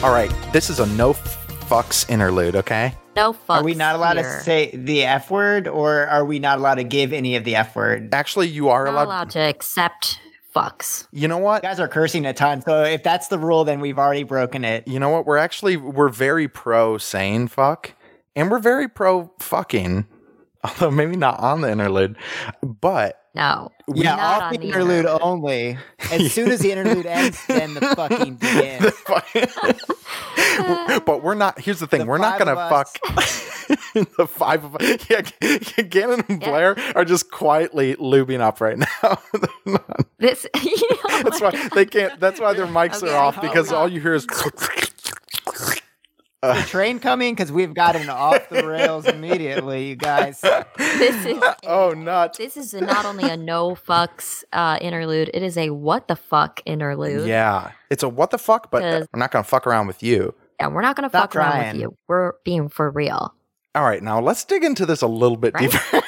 All right, this is a no fucks interlude, okay?
No fucks.
Are we not allowed
here.
to say the F word, or are we not allowed to give any of the F word?
Actually, you are
Not
allowed.
allowed to accept fucks.
You know what?
You guys are cursing a ton, so if that's the rule, then we've already broken it.
You know what? We're actually we're very pro saying fuck, and we're very pro fucking. Although maybe not on the interlude, but
No.
yeah,
Not
off
on
the
the
interlude only. As soon as the interlude ends, then the fucking begins.
but we're not. Here's the thing:
The
we're not
five
gonna
of
fuck. the five of us. Yeah, Gannon and Blair are just quietly lubing up right now.
This. you know,
that's why they can't. That's why their mics
Okay,
are
oh
off
hold
because
on.
all you hear is.
The train coming because we've gotten off the rails immediately, you guys.
this is
oh, nuts.
this is not only a no fucks uh, interlude. It is a what the fuck interlude.
Yeah, it's a what the fuck, but
'Cause-
we're not gonna fuck around with you.
And we're not gonna
Stop
fuck around
trying.
with you. We're being for real.
All right, now let's dig into this a little bit
Right?
deeper.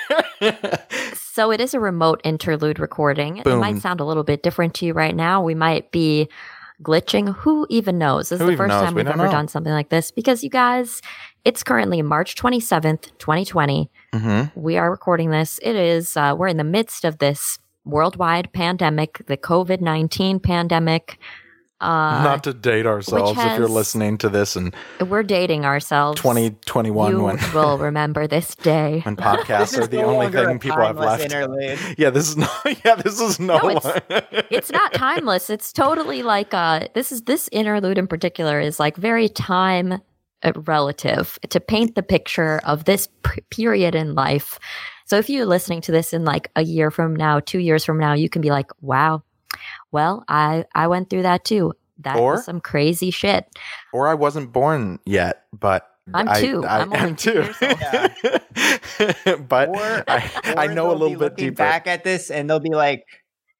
So it is a remote interlude recording. It
Boom.
might sound a little bit different to you right now. We might be glitching. Who even knows? This
Who
is the
even
first
knows?
time
We
we've
don't
ever
know.
done something like this because you guys, it's currently March 27th, 2020.
mm-hmm.
We are recording this. It is, uh, we're in the midst of this worldwide pandemic, the COVID 19 pandemic. Uh,
Not to date ourselves if you're
has-
listening to this in
we're dating ourselves.
2021
you
when
will remember this day.
when podcasts are the
No
only
longer
thing
a
people have
timeless
left.
Interlude.
Yeah, this is no. Yeah, this is no.
No, it's-
longer-
it's not timeless. It's totally like uh this is this interlude in particular is like very time uh, relative to paint the picture of this p- period in life. So if you're listening to this in like a year from now, 2 years from now, you can be like, "Wow. Well, I I went through that too. That
Or-
was some crazy shit."
or I wasn't born yet, but
I'm
I-
two.
I,
I'm only
am
two
too.
years old.
but
Or-
I, I
Or
know a
they'll be
little bit
looking
deeper.
Back at this, and they'll be like,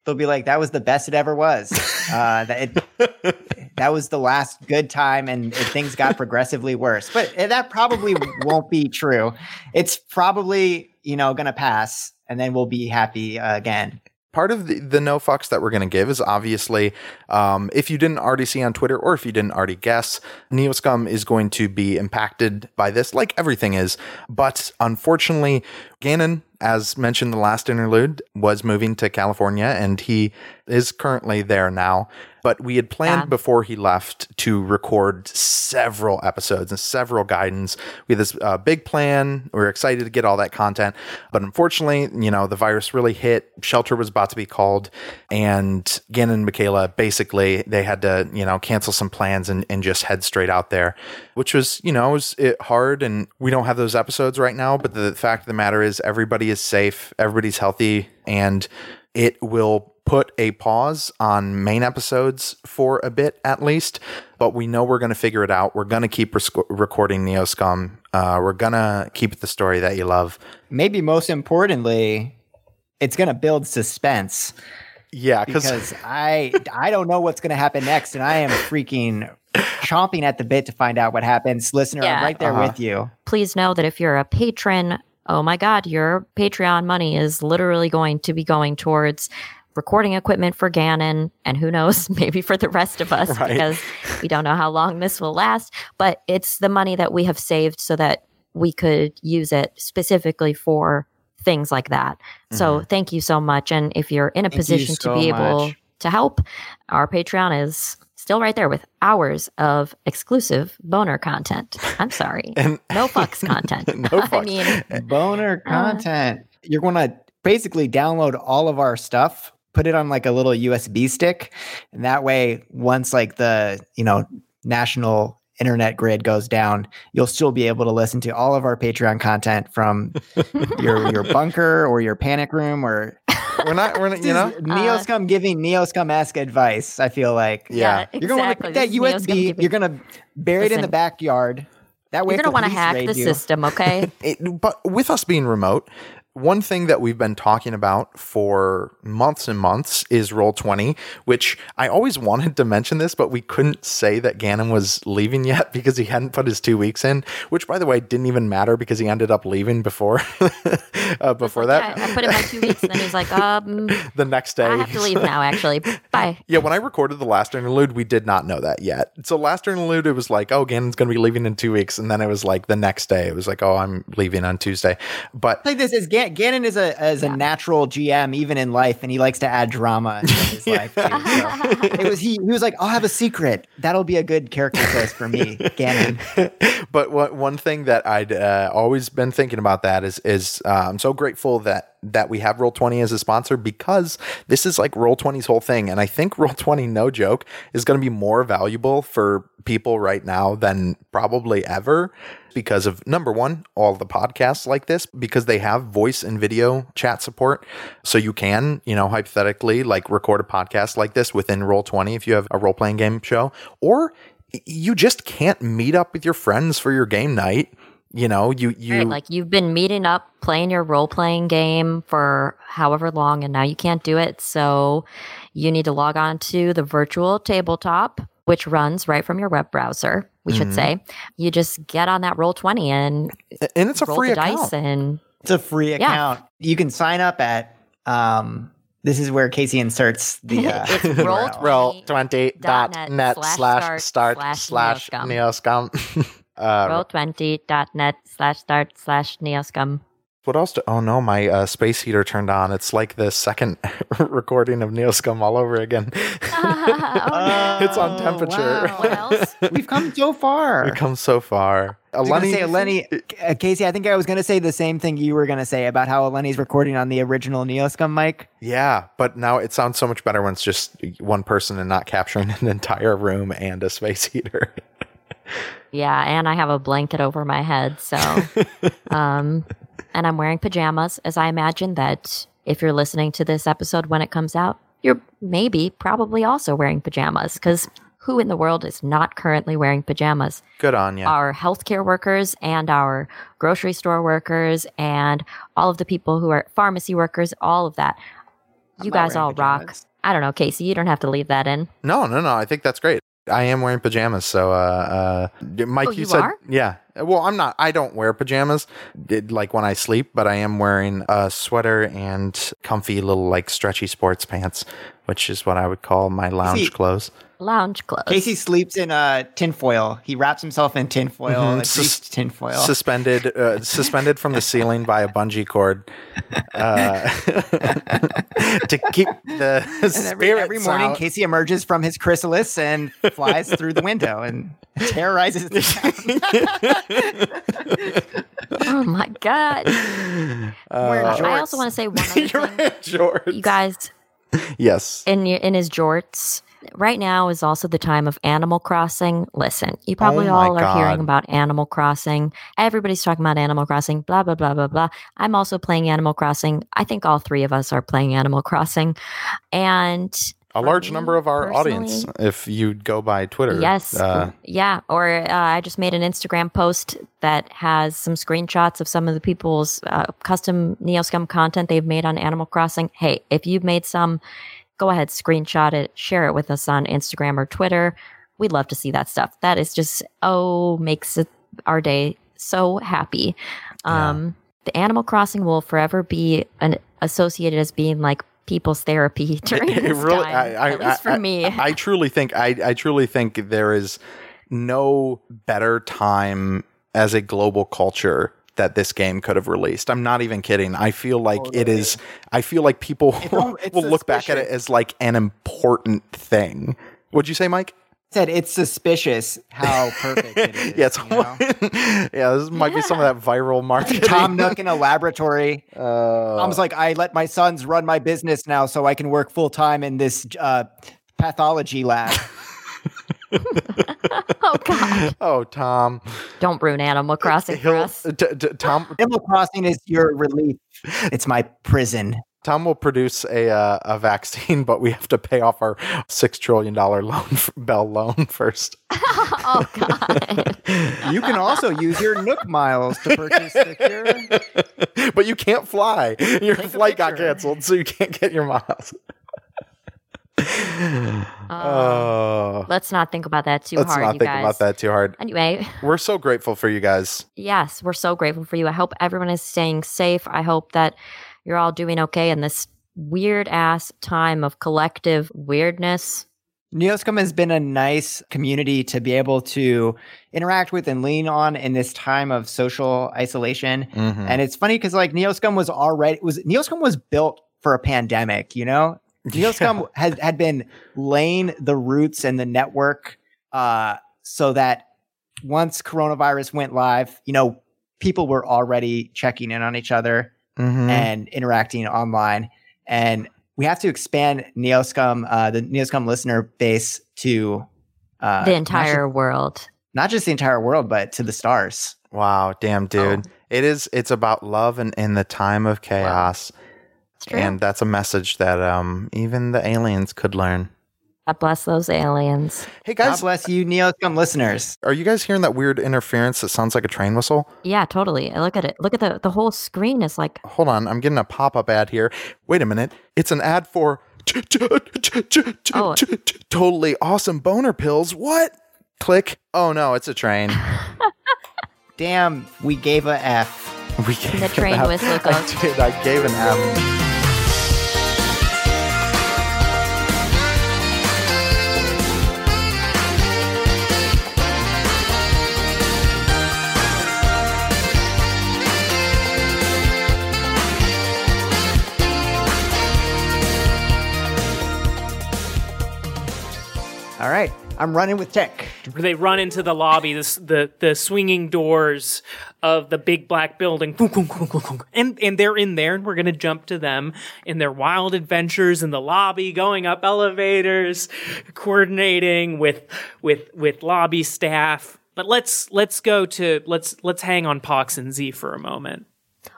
they'll be like, that was the best it ever was. Uh, that it, that was the last good time, and it- things got progressively worse. But eh, that probably won't be true. It's probably you know gonna pass, and then we'll be happy uh, again.
part of the, the no fucks that we're going to give is obviously um, if you didn't already see on Twitter or if you didn't already guess, Neoscum is going to be impacted by this, like everything is. But unfortunately, Gannon, as mentioned in the last interlude, was moving to California and he is currently there now. But we had planned
Yeah.
before he left to record several episodes and several guidance. We had this uh, big plan. We were excited to get all that content. But unfortunately, you know, the virus really hit. Shelter was about to be called. And Gannon and Michaela basically, they had to, you know, cancel some plans and, and just head straight out there, which was, you know, it was it hard. And we don't have those episodes right now. But the fact of the matter is, everybody is safe, everybody's healthy. And it will put a pause on main episodes for a bit at least but we know we're going to figure it out we're going to keep resc recording neo scum uh, we're going to keep the story that you love
Maybe most importantly, it's gonna build suspense
yeah
because I I don't know what's gonna happen next, and I am freaking chomping at the bit to find out what happens. Listener,
Yeah.
I'm right there
Uh-huh.
with you.
please know that if you're a patron, oh my God, your Patreon money is literally going to be going towards recording equipment for Gannon and who knows, maybe for the rest of us
Right.
because we don't know how long this will last. But it's the money that we have saved so that we could use it specifically for things like that. So thank you so much. And if you're in a
Mm-hmm. Thank you
position
so
to be able
much.
to help, our Patreon is still right there with hours of exclusive boner content. I'm sorry.
and
No fucks content.
No
I
fucks.
mean,
boner
Uh.
content. You're going to basically download all of our stuff, put it on like a little USB stick, and that way once like the, you know, national internet grid goes down, you'll still be able to listen to all of our Patreon content from your your bunker or your panic room or
We're not. We're not. You
uh,
know.
Neo's come giving Neo's come ask advice. I feel like
Yeah.
you're going to want
exactly.
to pick that
This is Neo's gonna
USB.
give me-
You're going to bury it in the
Listen.
backyard. That way,
You're
if
gonna
the
want to
police
hack
raid
the
you-
system, okay?
It, but with us being remote, one thing that we've been talking about for months and months is Roll20, which I always wanted to mention this, but we couldn't say that Gannon was leaving yet because he hadn't put his two weeks in, which, by the way, didn't even matter because he ended up leaving before uh, before that.
I, I put in my two weeks, and then he's like, um,
The next day,
I have to leave now. Actually, bye.
Yeah, when I recorded the last interlude, we did not know that yet. So last interlude, it was like, oh, Gannon's going to be leaving in two weeks, and then it was like the next day, it was like, oh, I'm leaving on Tuesday. But
Like this is Gan- Gannon is a as a natural GM even in life, and he likes to add drama into his life. Too, so. It was he. He was like, "I'll have a secret. That'll be a good character choice for me, Gannon."
but what, one thing that I'd uh, always been thinking about that is is uh, I'm so grateful that that we have Roll Twenty as a sponsor because this is like Roll 20's whole thing, and I think Roll Twenty, no joke, is going to be more valuable for people right now than probably ever because of number one, all the podcasts like this, because they have voice and video chat support. So you can, you know, hypothetically like record a podcast like this within Roll 20 if you have a role playing game show, or y- you just can't meet up with your friends for your game night. You know, you, you,
Right, like you've been meeting up, playing your role playing game for however long, and now you can't do it. So you need to log on to the virtual tabletop, which runs right from your web browser. We should
Mm-hmm.
say you just get on that roll twenty and
and it's a
roll
free
the
account.
dice, and
It's a free
Yeah.
account. You can sign up at. Um, this is where Casey inserts the. Uh,
it's roll twenty.
roll 20
dot
dot
net
net
slash start
slash start
slash
slash neoscum. uh,
roll20.net slash start slash neoscum.
what else do, oh no my uh, space heater turned on it's like the second recording of neoscum all over again
Oh,
it's on
Oh,
temperature
wow.
What else?
we've come so far.
we come so far
I was
Lenny,
gonna say, Lenny, uh, Casey, I think I was going to say the same thing you were going to say about how Lenny's recording on the original Neoscum mic.
yeah but now it sounds so much better when it's just one person and not capturing an entire room and a space heater
Yeah, and I have a blanket over my head, so um and I'm wearing pajamas as I imagine that if you're listening to this episode when it comes out, you're maybe probably also wearing pajamas cuz who in the world is not currently wearing pajamas?
good on you
Our healthcare workers and our grocery store workers and all of the people who are pharmacy workers, all of that. You
not
guys
wearing
all rock.
pajamas.
I don't know, Casey, you don't have to leave that in.
No, no, no. I think that's great. I am wearing pajamas. So, uh, uh, Mike,
Oh,
you,
you
said,
are?
yeah. Well, I'm not. I don't wear pajamas did, like when I sleep, but I am wearing a sweater and comfy little like stretchy sports pants, which is what I would call my lounge
See-
clothes.
Lounge clothes.
Casey sleeps in uh, tinfoil. He wraps himself in tinfoil,
Mhm.
like
Sus-
greased tinfoil.
Suspended, uh, suspended from the ceiling by a bungee cord uh, to keep the
And
spirits
every, every morning,
out.
Casey emerges from his chrysalis and flies through the window and terrorizes the town.
oh my god.
Uh,
Wearing
I
jorts.
also want to say one other
You're
thing.
in shorts.
You guys,
yes.
in your, in his jorts. Right now is also the time of Animal Crossing. Listen, you probably
Oh my
all are
God.
hearing about Animal Crossing. Everybody's talking about Animal Crossing, blah, blah, blah, blah, blah. I'm also playing Animal Crossing. I think all three of us are playing Animal Crossing. And
a
for
large
me
number of our audience
Um, personally-
if you go by twitter
Yes.
uh,
yeah. Or uh, I just made an Instagram post that has some screenshots of some of the people's uh, custom Neoscum content they've made on Animal Crossing. Hey, if you've made some, go ahead, screenshot it, share it with us on Instagram or Twitter. We'd love to see that stuff. That is just, oh, makes it our day so happy. Um, The Animal Crossing will forever be an, associated as being like people's therapy during
it
this
really-
time,
I- I-
at least for
I-
me.
i truly think I, I truly think there is no better time as a global culture that this game could have released. I'm not even kidding. I feel like it is. I feel like people will
al- it's
look back at it as like an important thing. Would you say, Mike?
said it's suspicious how perfect it is.
yeah, it's
you know?
yeah. This might be some of that viral marketing.
Tom Nook in a laboratory. Tom's like, I let my sons run my business now so I can work full time in this uh, pathology lab.
oh, God.
oh, Tom.
Don't ruin Animal Crossing for
He'll-
us.
t- t- Tom
Animal Crossing is your relief. It's my prison.
Tom will produce a uh, a vaccine, but we have to pay off our six trillion dollar loan Bell loan first.
Oh God!
You can also use your Nook miles to purchase the cure.
But you can't fly. Your
Take a
flight got
picture.
canceled, so you can't get your miles.
Uh,
Oh,
let's not think about that too
let's
hard,
not
you
think
guys.
about that too hard.
Anyway,
We're so grateful for you guys.
yes, we're so grateful for you. I hope everyone is staying safe. I hope that you're all doing okay in this weird ass time of collective weirdness.
Neoscum has been a nice community to be able to interact with and lean on in this time of social isolation.
Hmm.
Mm-hmm.
And it's funny because like Neoscum was already was Neoscum was built for a pandemic, you know? Neoscum had, had been laying the roots and the network uh, so that once coronavirus went live, you know, people were already checking in on each other
Mm-hmm.
Mhm.
and interacting online. And we have to expand Neoscum, uh, the Neoscum listener base to uh,
the
not ju-
entire world.
not just the entire world, but to the stars.
Wow, damn,
Oh.
dude. It is. It's about love and in the time of chaos,
It's true.
and that's a message that um even the aliens could learn.
God bless those aliens.
Hey
God
guys,
bless you, Neoscum listeners.
are you guys hearing that weird interference that sounds like a train whistle?
Yeah, totally. I look at it. Look at the the whole screen is like
Hold on, I'm getting a pop-up ad here. Wait a minute, it's an ad for
Oh.
totally awesome boner pills. What? Click. Oh no, it's a train.
Damn, we gave a F.
We gave
The
an
train
F.
whistle goes.
I did. I gave an F.
All right, I'm running with tech.
They run into the lobby, the s- the, the swinging doors of the big black building, Kunk, kunk, kunk, kunk, kunk. and and they're in there, and we're gonna jump to them in their wild adventures in the lobby, going up elevators, coordinating with with with lobby staff. But let's let's go to let's let's hang on Pox and Z for a moment.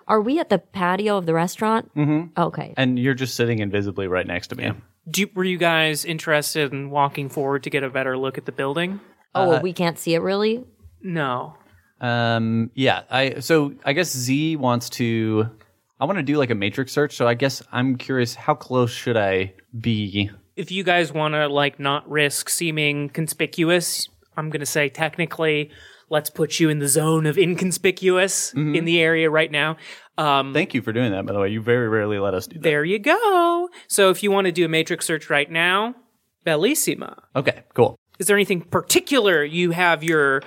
Are we at the patio of the restaurant? Mm-hmm. Okay.
And you're just sitting invisibly right next to me.
Do, you- were you guys interested in walking forward to get a better look at the building?
oh, well, we can't see it really.
No.
Um, yeah. I so I guess Z wants to. I want to do like a matrix search. So I guess I'm curious. How close should I be?
if you guys want to like not risk seeming conspicuous, I'm going to say technically, let's put you in the zone of inconspicuous in the area right now. Um,
Thank you for doing that, by the way. You very rarely let us do that.
there you go. So if you want to do a matrix search right now, bellissima.
Okay, cool.
Is there anything particular you have your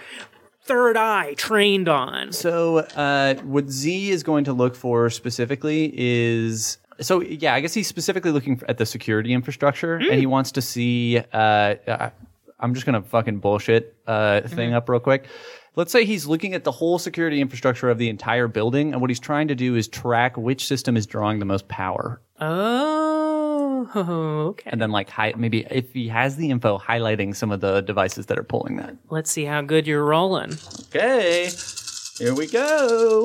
third eye trained on?
So, uh, what Z is going to look for specifically is so yeah. I guess he's specifically looking for, at the security infrastructure, and he wants to see. Uh, I, I'm just gonna fucking bullshit uh, thing up real quick. Let's say he's looking at the whole security infrastructure of the entire building, and what he's trying to do is track which system is drawing the most power,
Oh, okay.
and then like hi- maybe if he has the info, highlighting some of the devices that are pulling that.
Let's see how good you're rolling.
Okay, here we go.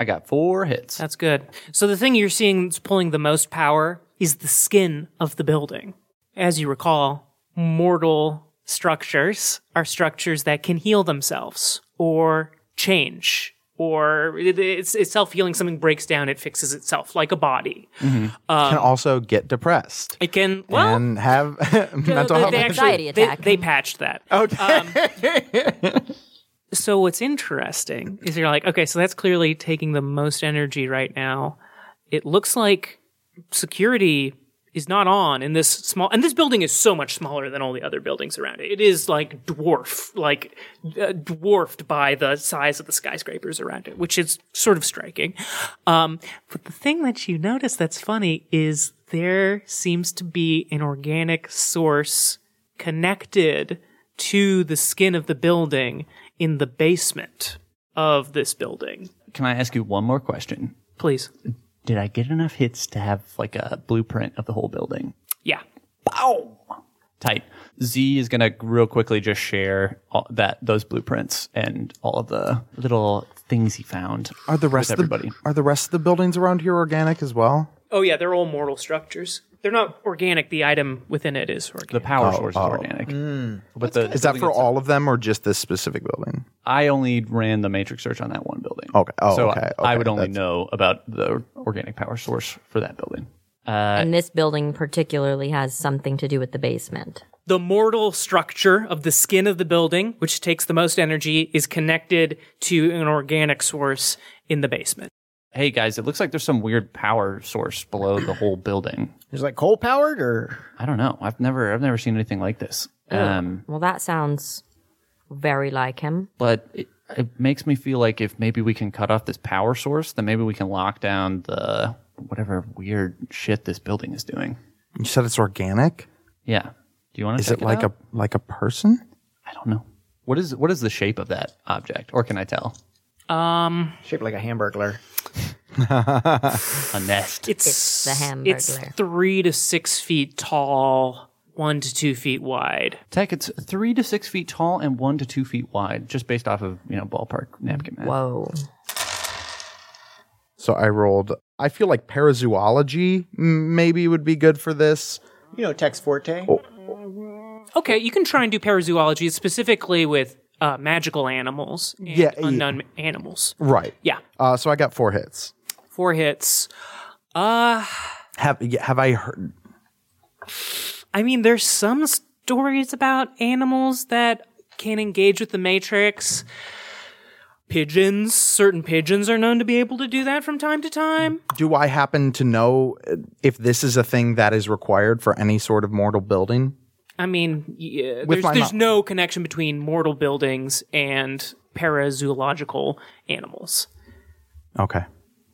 I got four hits.
That's good. So the thing you're seeing that's pulling the most power is the skin of the building. As you recall, mortal structures are structures that can heal themselves or change or it- it's, it's self-healing something breaks down it fixes itself like a body Um,
Can also get depressed
it can well
and have mental
they-
health.
they
issues.
actually-
Anxiety
they-
attack.
They, patched that. Okay. so what's interesting is you're like, okay, so that's clearly taking the most energy right now. It looks like security is not on in this small, and this building is so much smaller than all the other buildings around it. It is like dwarf, like uh, dwarfed by the size of the skyscrapers around it, which is sort of striking. Um, but the thing that you notice that's funny is there seems to be an organic source connected to the skin of the building in the basement of this building.
Can I ask you one more question?
Please.
Did I get enough hits to have like a blueprint of the whole building?
Yeah.
tight. Z is going to real quickly just share all that those blueprints and all of the little things he found.
Are the rest
with
of
everybody?
the, are the rest of the buildings around here organic as well?
Oh yeah, they're all mortal structures. They're not organic. The item within it is organic.
The
Oh,
power source is organic.
Mm.
but the,
Is that for all of them or just this specific building?
I only ran the matrix search on that one building.
Okay. Oh,
so
okay.
I, I
Okay.
would only
That's-
know about the organic power source for that building.
Uh,
and this building particularly has something to do with the basement.
the mortal structure of the skin of the building, which takes the most energy, is connected to an organic source in the basement.
Hey guys, it looks like there's some weird power source below the whole building.
Is it like coal powered or
I don't know. I've never I've never seen anything like this. Um,
Well, that sounds very like him.
but it, it makes me feel like if maybe we can cut off this power source, then maybe we can lock down the whatever weird shit this building is doing.
You said it's organic.
Yeah. Do you want to?
Is it like a like a person?
I don't know. What is what is the shape of that object, or can I tell?
Um,
shaped like a hamburglar?
A nest.
it's,
It's the
It's
Hamburglar.
three to six feet tall, one to two feet wide.
Tech, it's three to six feet tall and one to two feet wide, just based off of you know ballpark napkin math.
Whoa.
So I rolled. I feel like parazoology m- maybe would be good for this.
You know, Tex Forte.
Okay, you can try and do parazoology specifically with uh, magical animals and
Yeah, yeah.
unknown animals.
Right.
Yeah,
Uh, so I got four hits.
four hits. Uh,
Have yeah, have I heard?
I mean, there's some stories about animals that can engage with the matrix. Pigeons, certain pigeons are known to be able to do that from time to time.
Do I happen to know uh, if this is a thing that is required for any sort of mortal building?
I mean, yeah,
With
there's,
my
there's
mou-
no connection between mortal buildings and parazoological animals.
Okay.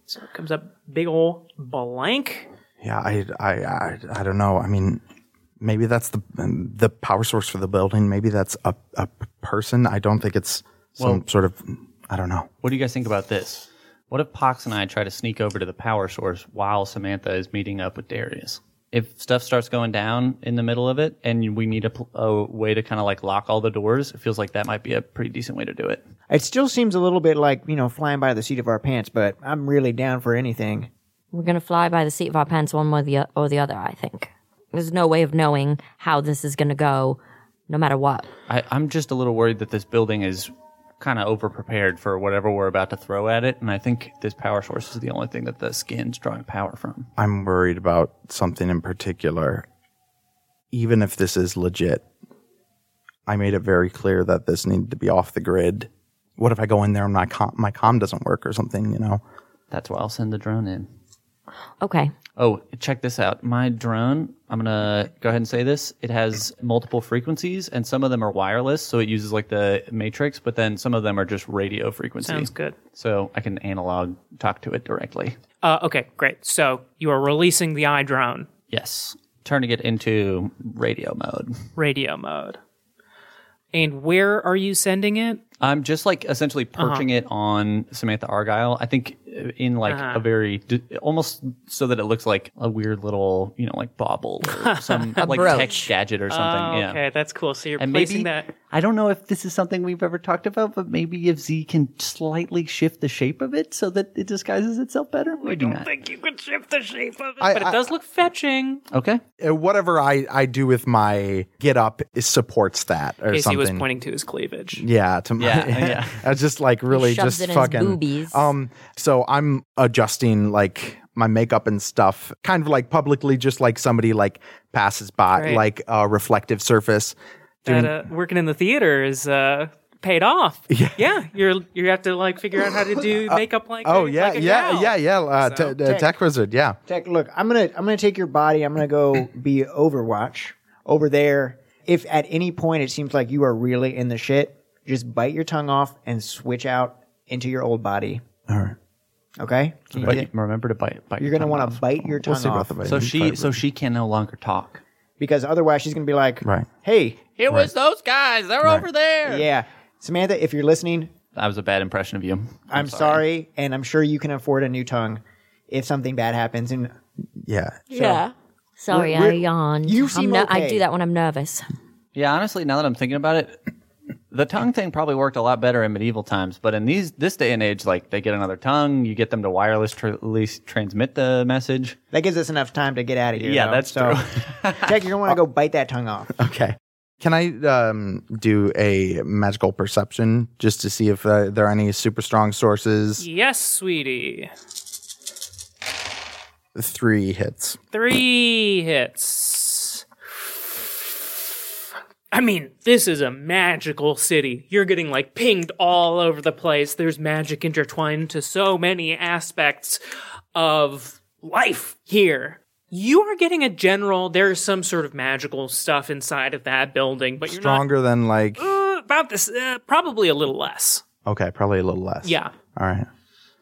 So it comes up big ol' blank.
Yeah, I, I, I, I don't know. I mean, maybe that's the um, the power source for the building. Maybe that's a a p- person. I don't think it's some sort of. I don't know.
What do you guys think about this? What if Pox and I try to sneak over to the power source while Samantha is meeting up with Darius? If stuff starts going down in the middle of it, and we need a, pl- a way to kind of like lock all the doors, it feels like that might be a pretty decent way to do it.
It still seems a little bit like you know flying by the seat of our pants, but I'm really down for anything.
We're going to fly by the seat of our pants one way or the, o- or the other, I think. There's no way of knowing how this is going to go, no matter what.
I, I'm just a little worried that this building is kind of overprepared for whatever we're about to throw at it, and I think this power source is the only thing that the skin's drawing power from.
I'm worried about something in particular. Even if this is legit, I made it very clear that this needed to be off the grid. What if I go in there and my com- my com doesn't work or something? You know.
That's why I'll send the drone in.
Okay.
Oh, check this out. My drone, I'm going to go ahead and say this. It has multiple frequencies, and some of them are wireless. So it uses like the matrix, but then some of them are just radio frequency.
Sounds good.
So I can analog talk to it directly.
Uh, okay, great. So you are releasing the eye drone
Yes. Turning it into radio mode.
radio mode. And where are you sending it?
I'm just like essentially
Uh-huh.
perching it on Samantha Argyle. I think uh, in like
Uh-huh.
a very d- almost so that it looks like a weird little, you know, like bauble or some like tech
brooch.
gadget or something. yeah.
Oh, Okay, that's cool. So you're
And
placing
maybe
that.
I don't know if this is something we've ever talked about, but maybe if Z can slightly shift the shape of it so that it disguises itself better, we do not.
think you could shift the shape of it,
I-
but it
I-
does look fetching.
Okay,
Uh, Whatever I, I do with my get up is supports that or
Casey
something.
was pointing to his cleavage.
Yeah, to my,
Yeah, yeah.
I was just like really
shoves
just
it in his
fucking
boobies.
Um, so I'm adjusting like my makeup and stuff, kind of like publicly, just like somebody like passes by,
Great.
like a reflective surface.
That uh, working in the theater is uh, paid off. Yeah. you're you have to like figure out how to do makeup like
Oh
a-
yeah,
like a
yeah,
gal.
yeah, yeah, Uh,
So-
te- uh, tech wizard, yeah.
Tech, look, I'm gonna I'm gonna take your body. I'm gonna go be Overwatch over there. If at any point it seems like you are really in the shit, just bite your tongue off and switch out into your old body.
All right,
Okay, Can you
but
do
you
that?
remember to bite. bite
you're
your
gonna
tongue
want
off.
to bite your tongue
we'll see about
off
the vitamin
So she,
fiber.
so she can no longer talk.
because otherwise she's gonna be like,
Right.
"Hey,
It was those guys. They're over there.
yeah, Samantha, if you're listening,
That was a bad impression of you.
I'm, sorry. and I'm sure you can afford a new tongue if something bad happens." And
yeah,
yeah. Sorry,
We're-
I yawned.
you
I'm
seem
ner- I
okay.
do that when I'm nervous.
Yeah, honestly, now that I'm thinking about it, the tongue thing probably worked a lot better in medieval times. But in these this day and age, like they get another tongue, you get them to wireless tr- at least transmit the message.
That gives us enough time to get out of here.
Yeah,
though.
that's
so,
true.
Jack, you're gonna want to go bite that tongue off.
Okay. Can I um, do a magical perception just to see if uh, there are any super strong sources?
Yes, sweetie.
Three hits.
Three hits. I mean, this is a magical city. You're getting like pinged all over the place. There's magic intertwined to so many aspects of life here. You are getting a general, there's some sort of magical stuff inside of that building, but you're
Stronger than like.
not uh, about this, uh, probably a little less.
Okay, probably a little less.
Yeah.
All right.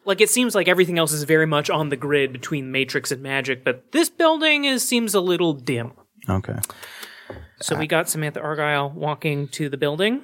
like it seems like everything else is very much on the grid between matrix and magic but this building is seems a little dim
Okay.
so we got samantha argyle walking to the building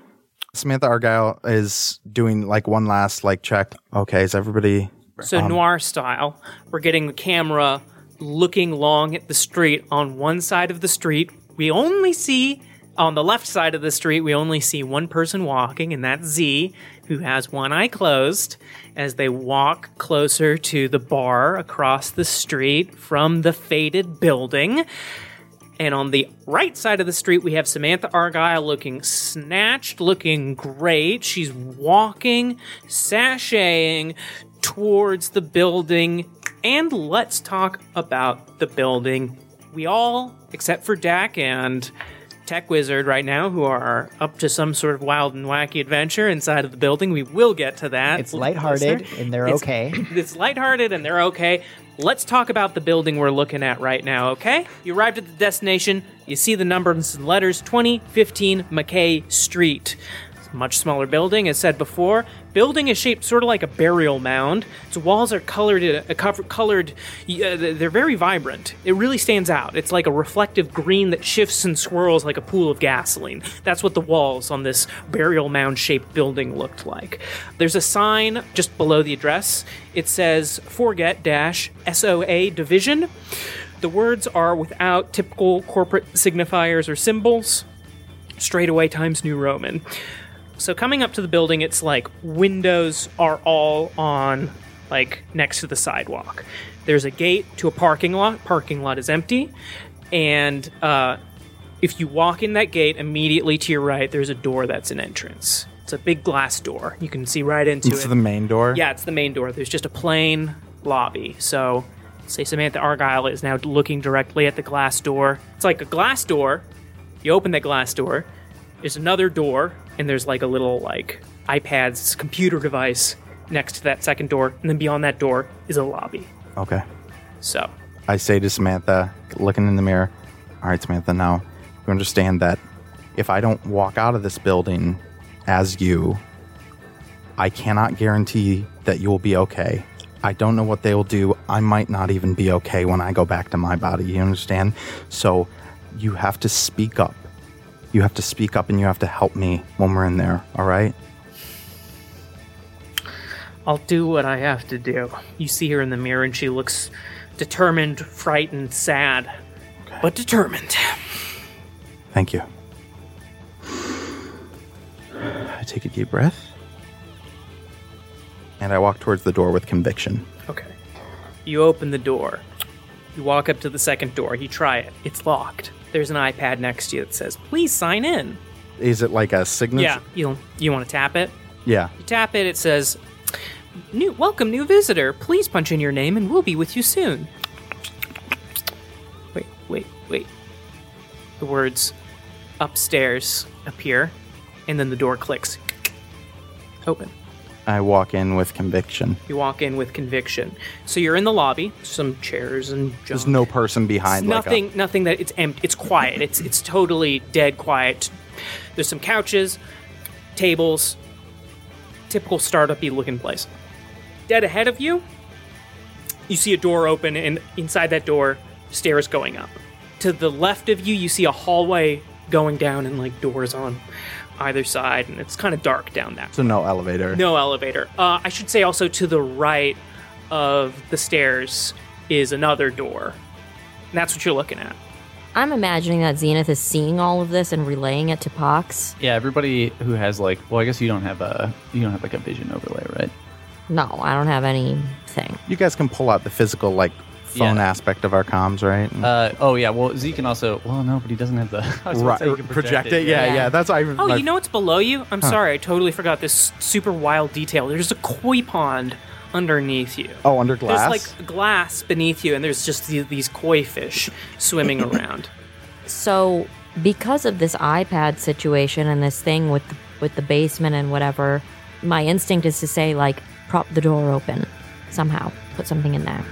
Samantha Argyle is doing like one last like check. Okay, is everybody
so noir style we're getting the camera looking long at the street on one side of the street we only see on the left side of the street we only see one person walking and that's z who has one eye closed as they walk closer to the bar across the street from the faded building And on the right side of the street, we have Samantha Argyle looking snatched, looking great. She's walking, sashaying towards the building. And let's talk about the building. We all, except for Dak and Tech Wizard right now, who are up to some sort of wild and wacky adventure inside of the building. We will get to that.
It's lighthearted
Listener.
and they're
It's-
okay.
It's lighthearted and they're okay. Let's talk about the building we're looking at right now, okay? You arrived at the destination. You see the numbers and letters 2015 McKay Street. It's a much smaller building, as said before. Building is shaped sort of like a burial mound. Its walls are colored, uh, cover- colored. Uh, they're very vibrant. It really stands out. It's like a reflective green that shifts and swirls like a pool of gasoline. That's what the walls on this burial mound-shaped building looked like. There's a sign just below the address. It says "Forget Dash SOA Division." The words are without typical corporate signifiers or symbols. Straight away Times New Roman. So coming up to the building, it's like windows are all on like next to the sidewalk. There's a gate to a parking lot. Parking lot is empty, and uh, if you walk in that gate, immediately to your right, there's a door that's an entrance. It's a big glass door. You can see right into
It's
it.
the main door?
Yeah, it's the main door. There's just a plain lobby. So, say Samantha Argyle is now looking directly at the glass door. It's like a glass door. You open that glass door. There's another door, and there's like a little like iPad's computer device next to that second door, and then beyond that door is a lobby.
Okay.
So,
I say to Samantha, looking in the mirror, All right, Samantha, now you understand that if I don't walk out of this building as you, I cannot guarantee that you will be okay. I don't know what they will do. I might not even be okay when I go back to my body. You understand? So you have to speak up. You have to speak up and you have to help me when we're in there, all right?
I'll do what I have to do. You see her in the mirror, and she looks determined, frightened, sad, but determined.
Thank you. I take a deep breath. And I walk towards the door with conviction.
Okay. You open the door. You walk up to the second door. You try it. It's locked. There's an iPad next to you that says, "Please sign in."
Is it like a
Yeah.
signature?
You you want to tap it?
Yeah.
You tap it. It says, "New welcome, new visitor. Please punch in your name, and we'll be with you soon." Wait, wait, wait. The words upstairs appear, and then the door clicks. Open.
I walk in with conviction.
You walk in with conviction. So you're in the lobby. Some chairs and junk.
There's no person behind.
It's
like a-
nothing nothing that it's empty it's quiet it's it's totally dead quiet there's some couches tables typical startup-y looking place dead ahead of you you see a door open and inside that door stairs going up to the left of you you see a hallway going down and like doors on either side and it's kind of dark down that
so no elevator.
no elevator. Uh, I should say also to the right of the stairs is another door And that's what you're looking at.
I'm imagining that Zenith is seeing all of this and relaying it to Pox.
Yeah, everybody who has like, well, I guess you don't have a you don't have like a vision overlay, right?
No, I don't have anything.
You guys can pull out the physical, like, phone
Yeah.
aspect of our comms, right?
Uh, oh yeah, well Z can also. Well, no, but he doesn't have the. I was about to
right.
say you can
Project, it. Yeah, yeah.
Yeah.
That's I.
Oh, you know what's below you? I'm sorry, I totally forgot this super wild detail. There's a koi pond underneath you.
Oh, under glass.
There's like glass beneath you, and there's just the- these koi fish swimming around.
So, because of this iPad situation and this thing with the, with the basement and whatever, my instinct is to say like prop the door open somehow, put something in there.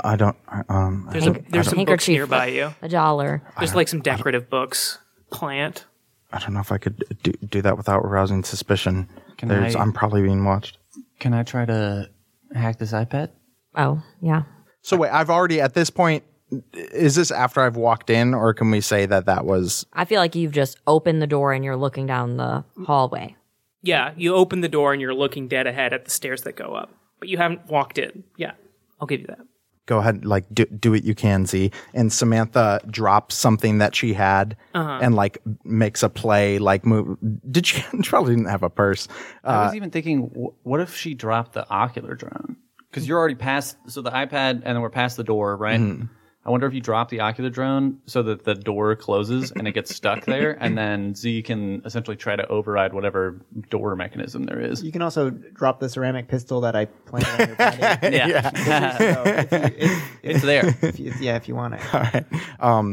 I don't. I- Um,
There's,
I,
a,
don't,
there's
I,
some
don't,
books
handkerchief.
nearby you.
A dollar.
There's like some decorative books. Plant.
I don't know if I could do, do that without arousing suspicion.
Can
there's,
I-
I'm probably being watched.
Can I try to hack this iPad?
Oh, yeah.
So wait, I've already at this point. Is this after I've walked in, or can we say that that was
I feel like you've just opened the door and you're looking down the hallway.
Yeah, you open the door and you're looking dead ahead at the stairs that go up, but you haven't walked in. Yeah, I'll give you that.
go ahead like do, do what you can z and samantha drops something that she had
Uh-huh.
and like makes a play like move did she she probably didn't have a purse Uh,
I was even thinking, wh- what if she dropped the ocular drone? Because you're already past, so the iPad, and then we're past the door, right?
Mm-hmm.
I wonder if you drop the ocular drone so that the door closes and it gets stuck there, and then Z can essentially try to override whatever door mechanism there is.
You can also drop the ceramic pistol that I plan on your body.
Yeah,
So if you- if-
it's there.
if you- yeah, if you want it.
Uh,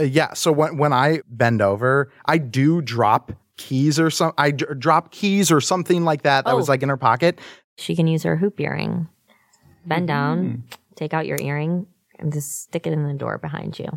yeah so when, when i bend over i do drop keys or some i d- drop keys or something like that that was
Oh.
like in her pocket
She can use her hoop earring. Bend
Mm-hmm.
down, take out your earring, and just stick it in the door behind you.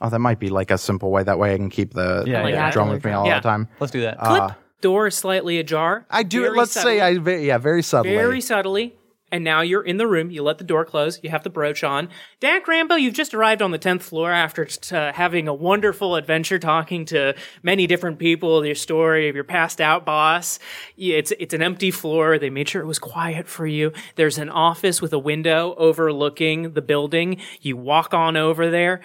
oh that might be like a simple way that way i can keep the
Yeah,
like,
yeah.
drum with me all
Oh Yeah.
the time
Let's do
Uh,
that.
Clip. door slightly ajar.
Ah. i do
Very
let's
subtly.
say i ve- yeah very subtly
very subtly. And now you're in the room. You let the door close. You have the brooch on. Dak Rambo, you've just arrived on the tenth floor after t- uh, having a wonderful adventure, talking to many different people, your story of your passed out boss. Y- It's it's an empty floor. They made sure it was quiet for you. There's an office with a window overlooking the building. You walk on over there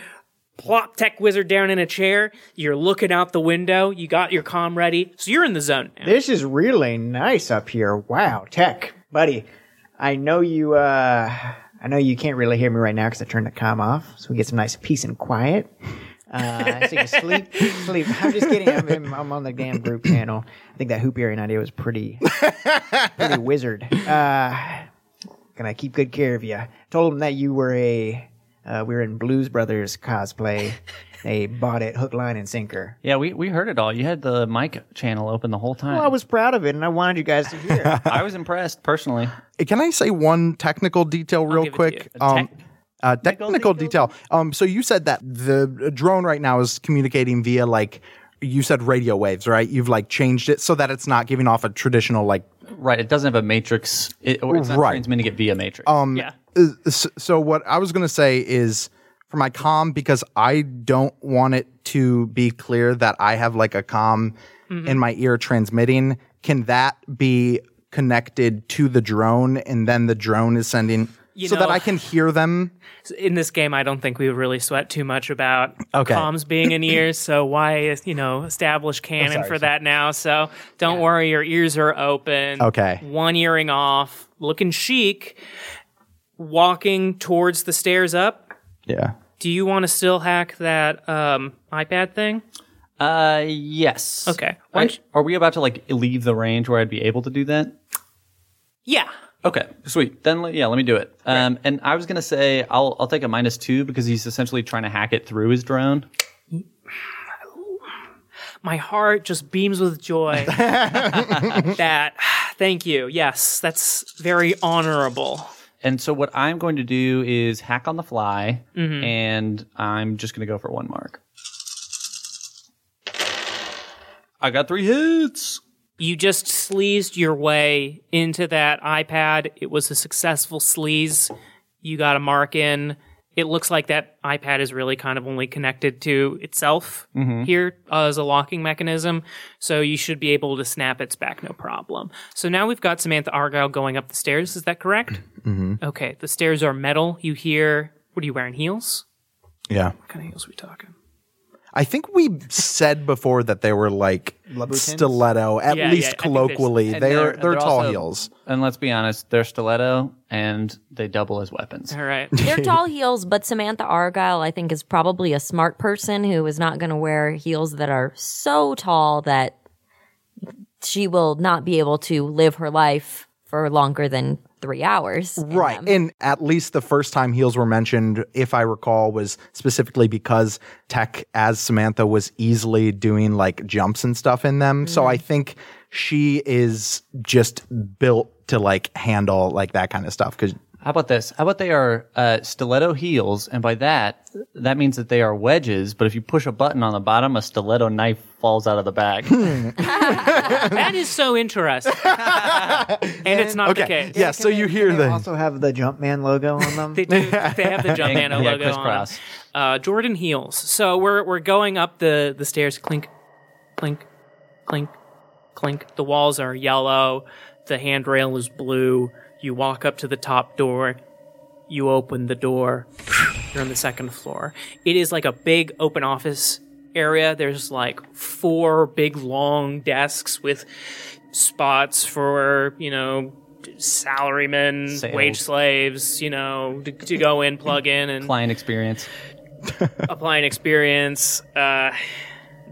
plop tech wizard down in a chair you're looking out the window you got your comm ready so you're in the zone now.
This is really nice up here. Wow, tech, buddy. I know you. uh I know you can't really hear me right now because I turned the comm off, so we get some nice peace and quiet. Uh, so you can sleep, sleep. I'm just kidding. I'm, I'm- I'm on the damn group channel. I think that hoop earring idea was pretty, pretty wizard. Uh, gonna keep good care of you. Told him that you were a, uh, we were in Blues Brothers cosplay. They bought it hook, line, and sinker.
Yeah, we, we heard it all. You had the mic channel open the whole time.
Well, I was proud of it, and I wanted you guys to hear. it.
I was impressed personally.
Can I say one technical detail real
give it to
quick?
you.
Um, uh, technical detail. Um, so you said that the drone right now is communicating via like you said radio waves, right? You've like changed it so that it's not giving off a traditional like.
Right, it doesn't have a matrix. It, or it's not
Right.
transmitting it via matrix.
Um,
yeah
Uh, s- So what I was gonna say is for my comm because I don't want it to be clear that I have like a comm
Mm-hmm.
in my ear transmitting. Can that be connected to the drone and then the drone is sending? so that
know-
I can hear them.
in this game, I don't think we really sweat too much about
Okay. Oh,
comms being in ears. So why, you know, establish canon for that now? So don't worry, your ears are open.
Okay.
one earring off, looking chic, walking towards the stairs up.
Yeah.
Do you want to still hack that um, iPad thing?
Uh, yes.
Okay. Why
Are,
don't you-
are we about to like leave the range where I'd be able to do that?
Yeah.
Okay, sweet. Then le- yeah, let me do it. Um, and I was gonna say I'll I'll take a minus two because he's essentially trying to hack it through his drone.
My heart just beams with joy. that, thank you. Yes, that's very honorable.
And so what I'm going to do is hack on the fly, and I'm just gonna go for one mark. I got three hits.
you just sleezed your way into that iPad. It was a successful sleaze. You got a mark in. it looks like that iPad is really kind of only connected to itself here uh, as a locking mechanism. So you should be able to snap its back, no problem. So now we've got Samantha Argyle going up the stairs. Is that correct? Mm-hmm. Okay. The stairs are metal. You hear, what are you wearing? Heels?
Yeah.
What kind of heels are we talking?
I think we said before that they were like
Louboutins?
stiletto, at
Yeah, yeah, I
least
think there's-
colloquially.
And
They're they're, tall
also-
heels.
And let's be honest, they're stiletto and they double as weapons.
All right.
They're tall heels, but Samantha Argyle, I think, is probably a smart person who is not going to wear heels that are so tall that she will not be able to live her life for longer than three hours. in
Right.
them.
And at least the first time heels were mentioned, if I recall, was specifically because Tech, as Samantha, was easily doing like jumps and stuff in them. So
Mm-hmm.
I think she is just built to like handle like that kind of stuff. Cause
How about this? How about they are uh, stiletto heels, and by that, that means that they are wedges. But if you push a button on the bottom, a stiletto knife falls out of the bag.
that is so interesting. and it's not the case.
Yeah. So you hear
They
the.
also have the Jumpman logo on them.
Um, They do. They have the Jumpman
Yeah,
logo on.
crisscross.
them. Uh, Jordan heels. So we're we're going up the the stairs. Clink, clink, clink, clink. The walls are yellow. The handrail is blue. You walk up to the top door. You open the door. You're on the second floor. It is like a big open office area. There's like four big long desks with spots for, you know, salarymen,
Sales.
wage slaves, you know, to, to go in, plug in, and
Client experience.
apply an experience. Uh,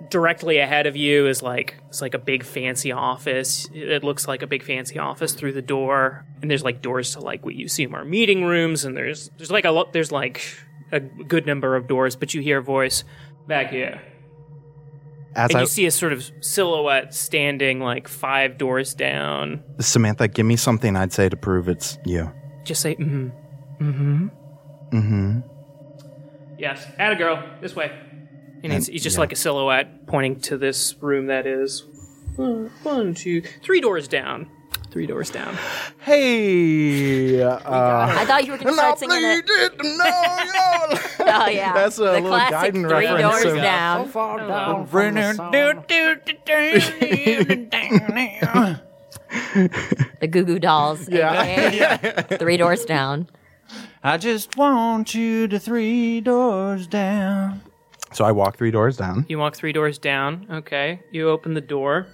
directly ahead of you is like it's like a big fancy office. It looks like a big fancy office through the door, and there's like doors to like what you assume are meeting rooms, and there's there's like a lot there's like a good number of doors, but you hear a voice back here,
As
and
I,
you see a sort of silhouette standing like five doors down.
Samantha, give me something I'd say to prove it's you.
Just say, mm-hmm, mm-hmm, mm-hmm. Yes, atta girl, this way. And it's, it's just like a silhouette pointing to this room that is one, one, two, three doors down. Three doors down.
Hey. Uh,
I thought you were going to start singing it. Oh, yeah.
That's a
the
little
classic
Guiding
three
reference
doors
of-
down. The Goo Goo Dolls. AKA Three doors down.
I just want you to three doors down.
So I walk three doors down.
You walk three doors down. Okay. You open the door.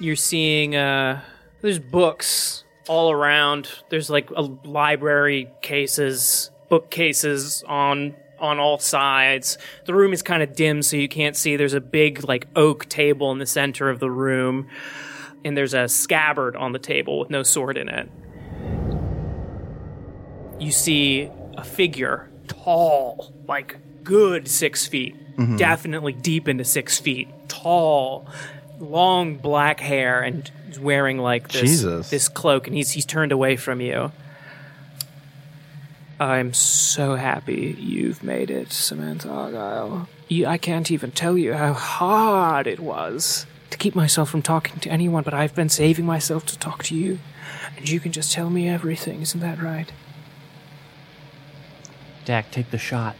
You're seeing uh there's books all around. There's like a library cases, bookcases on on all sides. The room is kind of dim so you can't see. There's a big like oak table in the center of the room and there's a scabbard on the table with no sword in it. You see a figure, tall, like good six feet, definitely deep into six feet, tall, long black hair, and he's wearing like this
Jesus.
this cloak, and he's he's turned away from you. I'm so happy you've made it, Samantha Argyle. You, I can't even tell you how hard it was to keep myself from talking to anyone, but I've been saving myself to talk to you. And you can just tell me everything, isn't that right?
Dak, take the shot.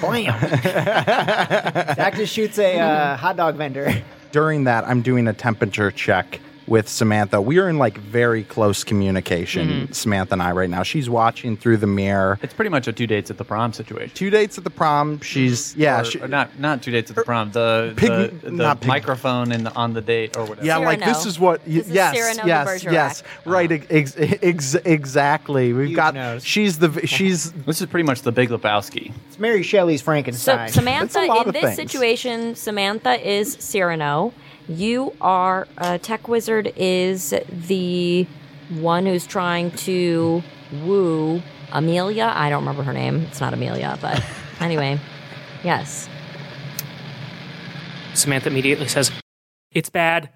Blam. Zach just shoots a uh, hot dog vendor.
during that, I'm doing a temperature check with Samantha. We are in like very close communication,
Mm-hmm.
Samantha and I, right now. She's watching through the mirror.
It's pretty much a two dates at the prom situation.
Two dates at the prom. She's, yeah,
Or-
she,
or not not two dates at the prom. The
Pig-
the, the
not pig-
microphone in the, on the date or whatever.
yeah, like
Cyrano.
this is what, y-
This is
yes,
Cyrano de
yes,
Bergerac.
yes, right, ex- ex- exactly. We've
Huge
got,
nose.
she's the, she's,
This is pretty much the Big Lebowski.
It's Mary Shelley's
So
Frankenstein.
Samantha,
That's a lot
in
of
this
things.
situation, Samantha is Cyrano. You are uh, tech wizard is the one who's trying to woo Amelia. I don't remember her name. It's not Amelia, but anyway, yes.
Samantha immediately says, It's bad.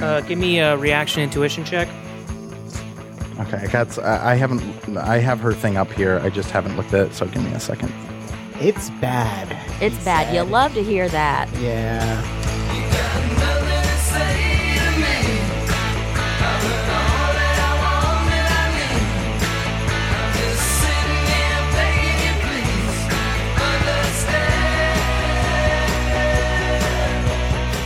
Uh, give me a reaction intuition check.
okay, I got, I I haven't, I have her thing up here. I just haven't looked at it, so give me a second.
It's bad.
It's bad. You love to hear that.
Yeah.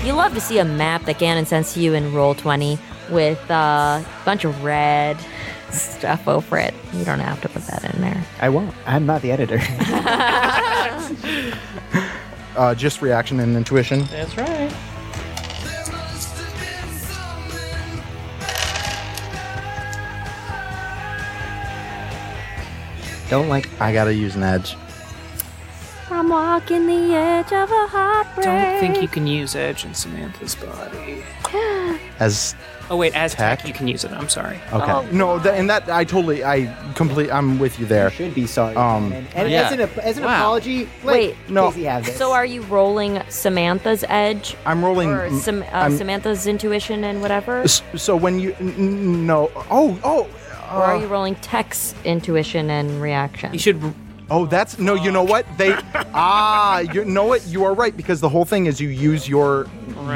You love to see a map that Ganon sends to you in roll twenty with uh, a bunch of red stuff over it. You don't have to put that in there.
I won't. I'm not the editor.
Uh, just reaction and intuition.
That's right.
Don't like. I gotta use an edge.
I'm walking the edge of a heartbreak.
Don't think you can use Edge in Samantha's body.
As
Oh wait, as tech,
Tech?
you can use it. I'm sorry.
okay.
Um,
No, tha- and that I totally, I complete. I'm with you there.
Should be sorry.
Um,
man. and
yeah.
as an, ap- as an
Wow.
apology, let
Wait.
No.
Casey have this.
So are you rolling Samantha's edge
I'm rolling.
or Sam- uh,
I'm-
Samantha's intuition and whatever?
S- So when you n- n- no oh oh
or are you rolling Tech's intuition and reaction?
You should.
oh that's no you know what they ah you know what you are right because the whole thing is you use your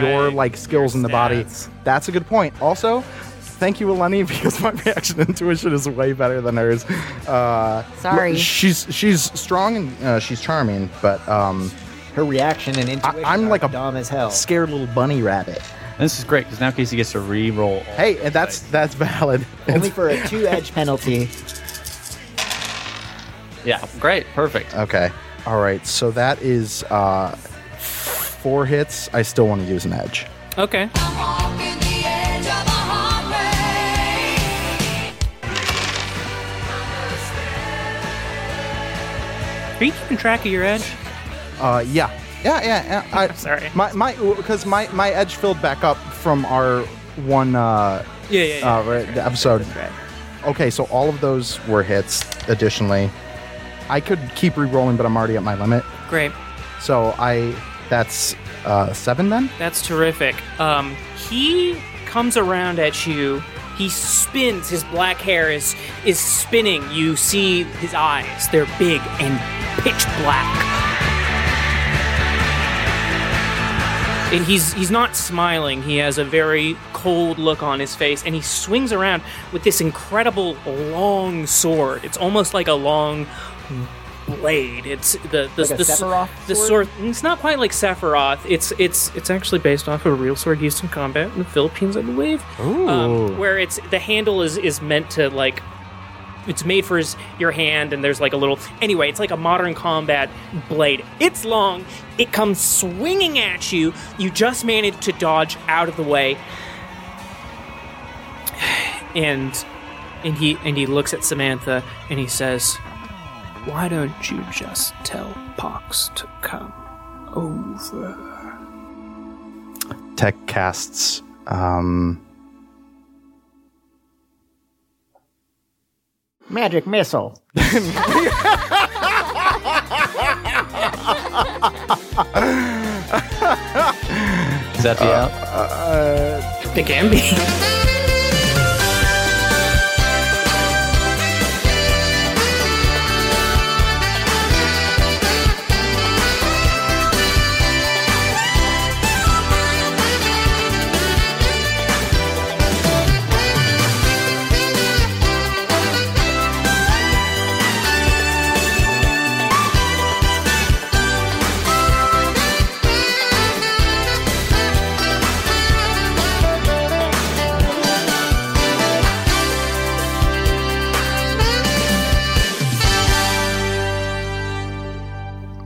your
Right.
like skills in the body.
stats.
That's a good point. Also, thank you Eleni because my reaction intuition is way better than hers. Uh,
Sorry.
she's she's strong and uh, she's charming, but um
her reaction and intuition
I'm
are
like a-
dumb as hell.
Oh. scared little bunny rabbit.
This is great because now Casey gets to re-roll. all-
Hey, and that's that's valid.
Only for a two-edge penalty.
Yeah, great, perfect.
Okay. All right. So that is uh, four hits. I still want to use an edge.
Okay. Are you keeping track of your Edge?
Uh, yeah. Yeah. Yeah. yeah I,
Sorry.
My my because my my edge filled back up from our one uh,
Yeah, yeah, yeah.
uh, right, the episode. Okay. So all of those were hits. Additionally, I could keep re-rolling, but I'm already at my limit.
Great.
So I that's uh, seven then.
That's terrific. Um, he comes around at you. He spins. His black hair is is spinning. You see his eyes. They're big and pitch black. And he's he's not smiling. He has a very cold look on his face, and he swings around with this incredible long sword. It's almost like a long blade. It's the the
Like a
the, s-
Sephiroth
the
sword?
sword. It's not quite like Sephiroth. It's it's it's actually based off of a real sword used in combat in the Philippines, I believe. Um, where it's the handle is is meant to like. It's made for his, your hand, and there's like a little. Anyway, it's like a modern combat blade. It's long. It comes swinging at you. You just manage to dodge out of the way, and and he and he looks at Samantha and he says, "Why don't you just tell Pox to come over?"
Tech casts. Um,
Magic missile.
Is that the
uh,
out?
It can be.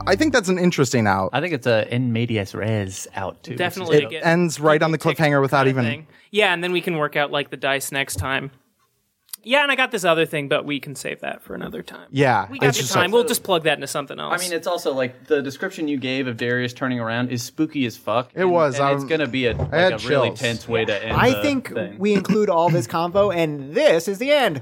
I think that's an interesting out.
I think it's a in medias res out too. which is
Definitely.
dope.
It
ends right on the
Tick
cliffhanger without
kinda
even.
thing. Yeah, and then we can work out like the dice next time. Yeah, and I got this other thing, but we can save that for another time.
Yeah,
we got
it's
the
just
time.
like-
we'll just plug that into something
I
else.
mean, it's also like the description you gave of Darius turning around is spooky as fuck. It
was,
And it's
um,
gonna be a, like
had
a really
chills.
tense way to end.
I
the
think
thing.
we include all this combo, and this is the end.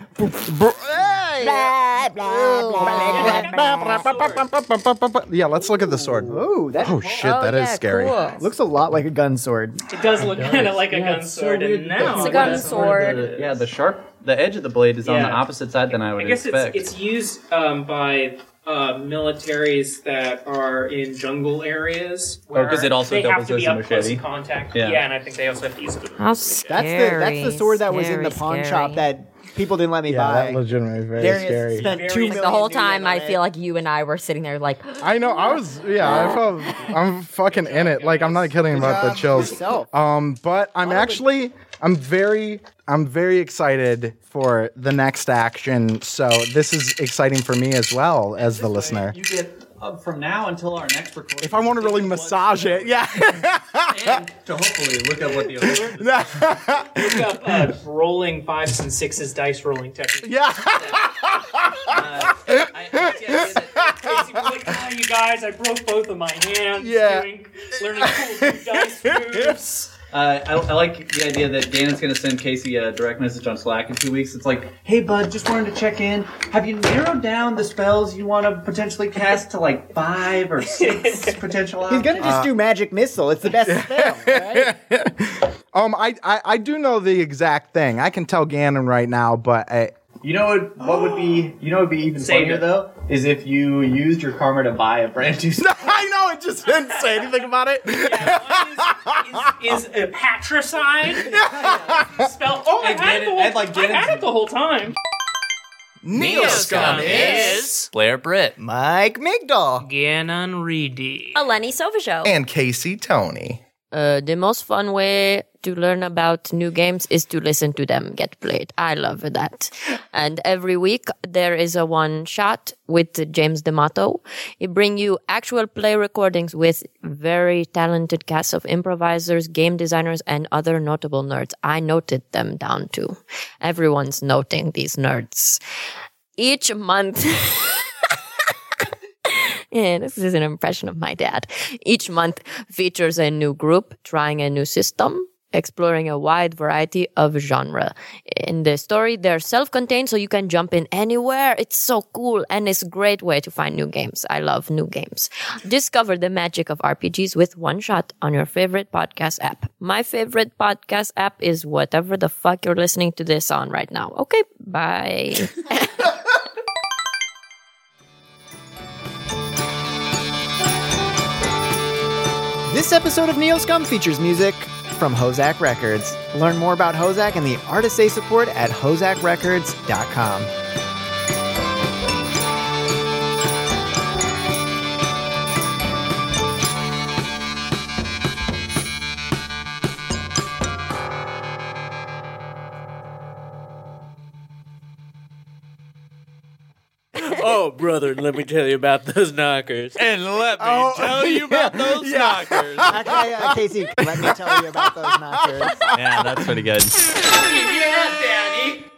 Yeah, let's look at the sword.
Ooh, that
Oh shit, that is scary.
looks a lot like a gun sword.
it does look kind of like a gun sword, and now
It's a gun sword.
The- yeah, the sharp, the edge of the blade is on the
Yeah.
opposite side than I would
I guess it's
expect.
it's used um, by uh, militaries that are in jungle areas. Where
Oh, 'cause it also
they have
doubles
to be
as a
up close
machete.
contact.
Yeah.
Yeah. and I think they also have to use it. as a
How
machete.
That's the that's the
Scary,
sword that was in
scary,
the pawn
scary.
shop that people didn't let me
Yeah,
buy.
that legitimately very
Darius
scary.
spent
Very
two
scary.
million
the whole
yen
time,
on
I
it.
feel like you and I were sitting there like,
I know. I was. Yeah. I felt. I'm fucking in it. Like I'm not kidding about the
job
chills.
yourself.
Um, but I'm actually. I'm very. I'm very excited for the next action. So this is exciting for me as well as the listener.
You get uh, from now until our next recording.
If I want to really massage it, yeah.
and to hopefully look at what the other.
Look up uh, rolling fives and sixes dice rolling technique.
Yeah.
I, I, Casey was like, oh, you guys, I broke both of my hands.
Yeah.
Doing, learning cool new dice moves.
Uh, I, I like the idea that Dan is going to send Casey a direct message on Slack in two weeks. It's like,
Hey, bud, just wanted to check in. Have you narrowed down the spells you want to potentially cast to like five or six potential?
He's gonna just do magic missile. It's the best spell. Right?
Um, I, I I do know the exact thing. I can tell Ganon right now, but I,
You know what? What would be? You know what would be even
Save
funnier
it.
though is if you used your karma to buy a brand new. spell.
I know it just didn't say anything about it.
Is, is a patricide spell? Oh, I
I'd
had it
get it-
the whole,
I'd like get
I had
it.
it the whole time.
Neoscum is
Blair Britt.
Mike Migdal.
Ganon Reedy.
Eleni Sova
and Casey Tony.
Uh, the most fun way to learn about new games is to listen to them get played. I love that. And every week there is a one shot with James D'Amato. It bring you actual play recordings with very talented casts of improvisers, game designers, and other notable nerds. I noted them down too. Everyone's noting these nerds. Each month. Yeah, this is an impression of my dad. Each month features a new group trying a new system, exploring a wide variety of genre. In the story, they're self-contained, so you can jump in anywhere. It's so cool, and it's a great way to find new games. I love new games. Discover the magic of RPGs with one shot on your favorite podcast app. My favorite podcast app is whatever the fuck you're listening to this on right now. Okay, bye.
This episode of Neo Scum features music from Hozak Records. Learn more about Hozak and the artists they support at hozakrecords.com.
Oh, brother, let me tell you about those knockers.
And let me tell you about those knockers.
Okay, uh, Casey, let me tell you about those knockers.
yeah, that's pretty good.
Yeah, Daddy.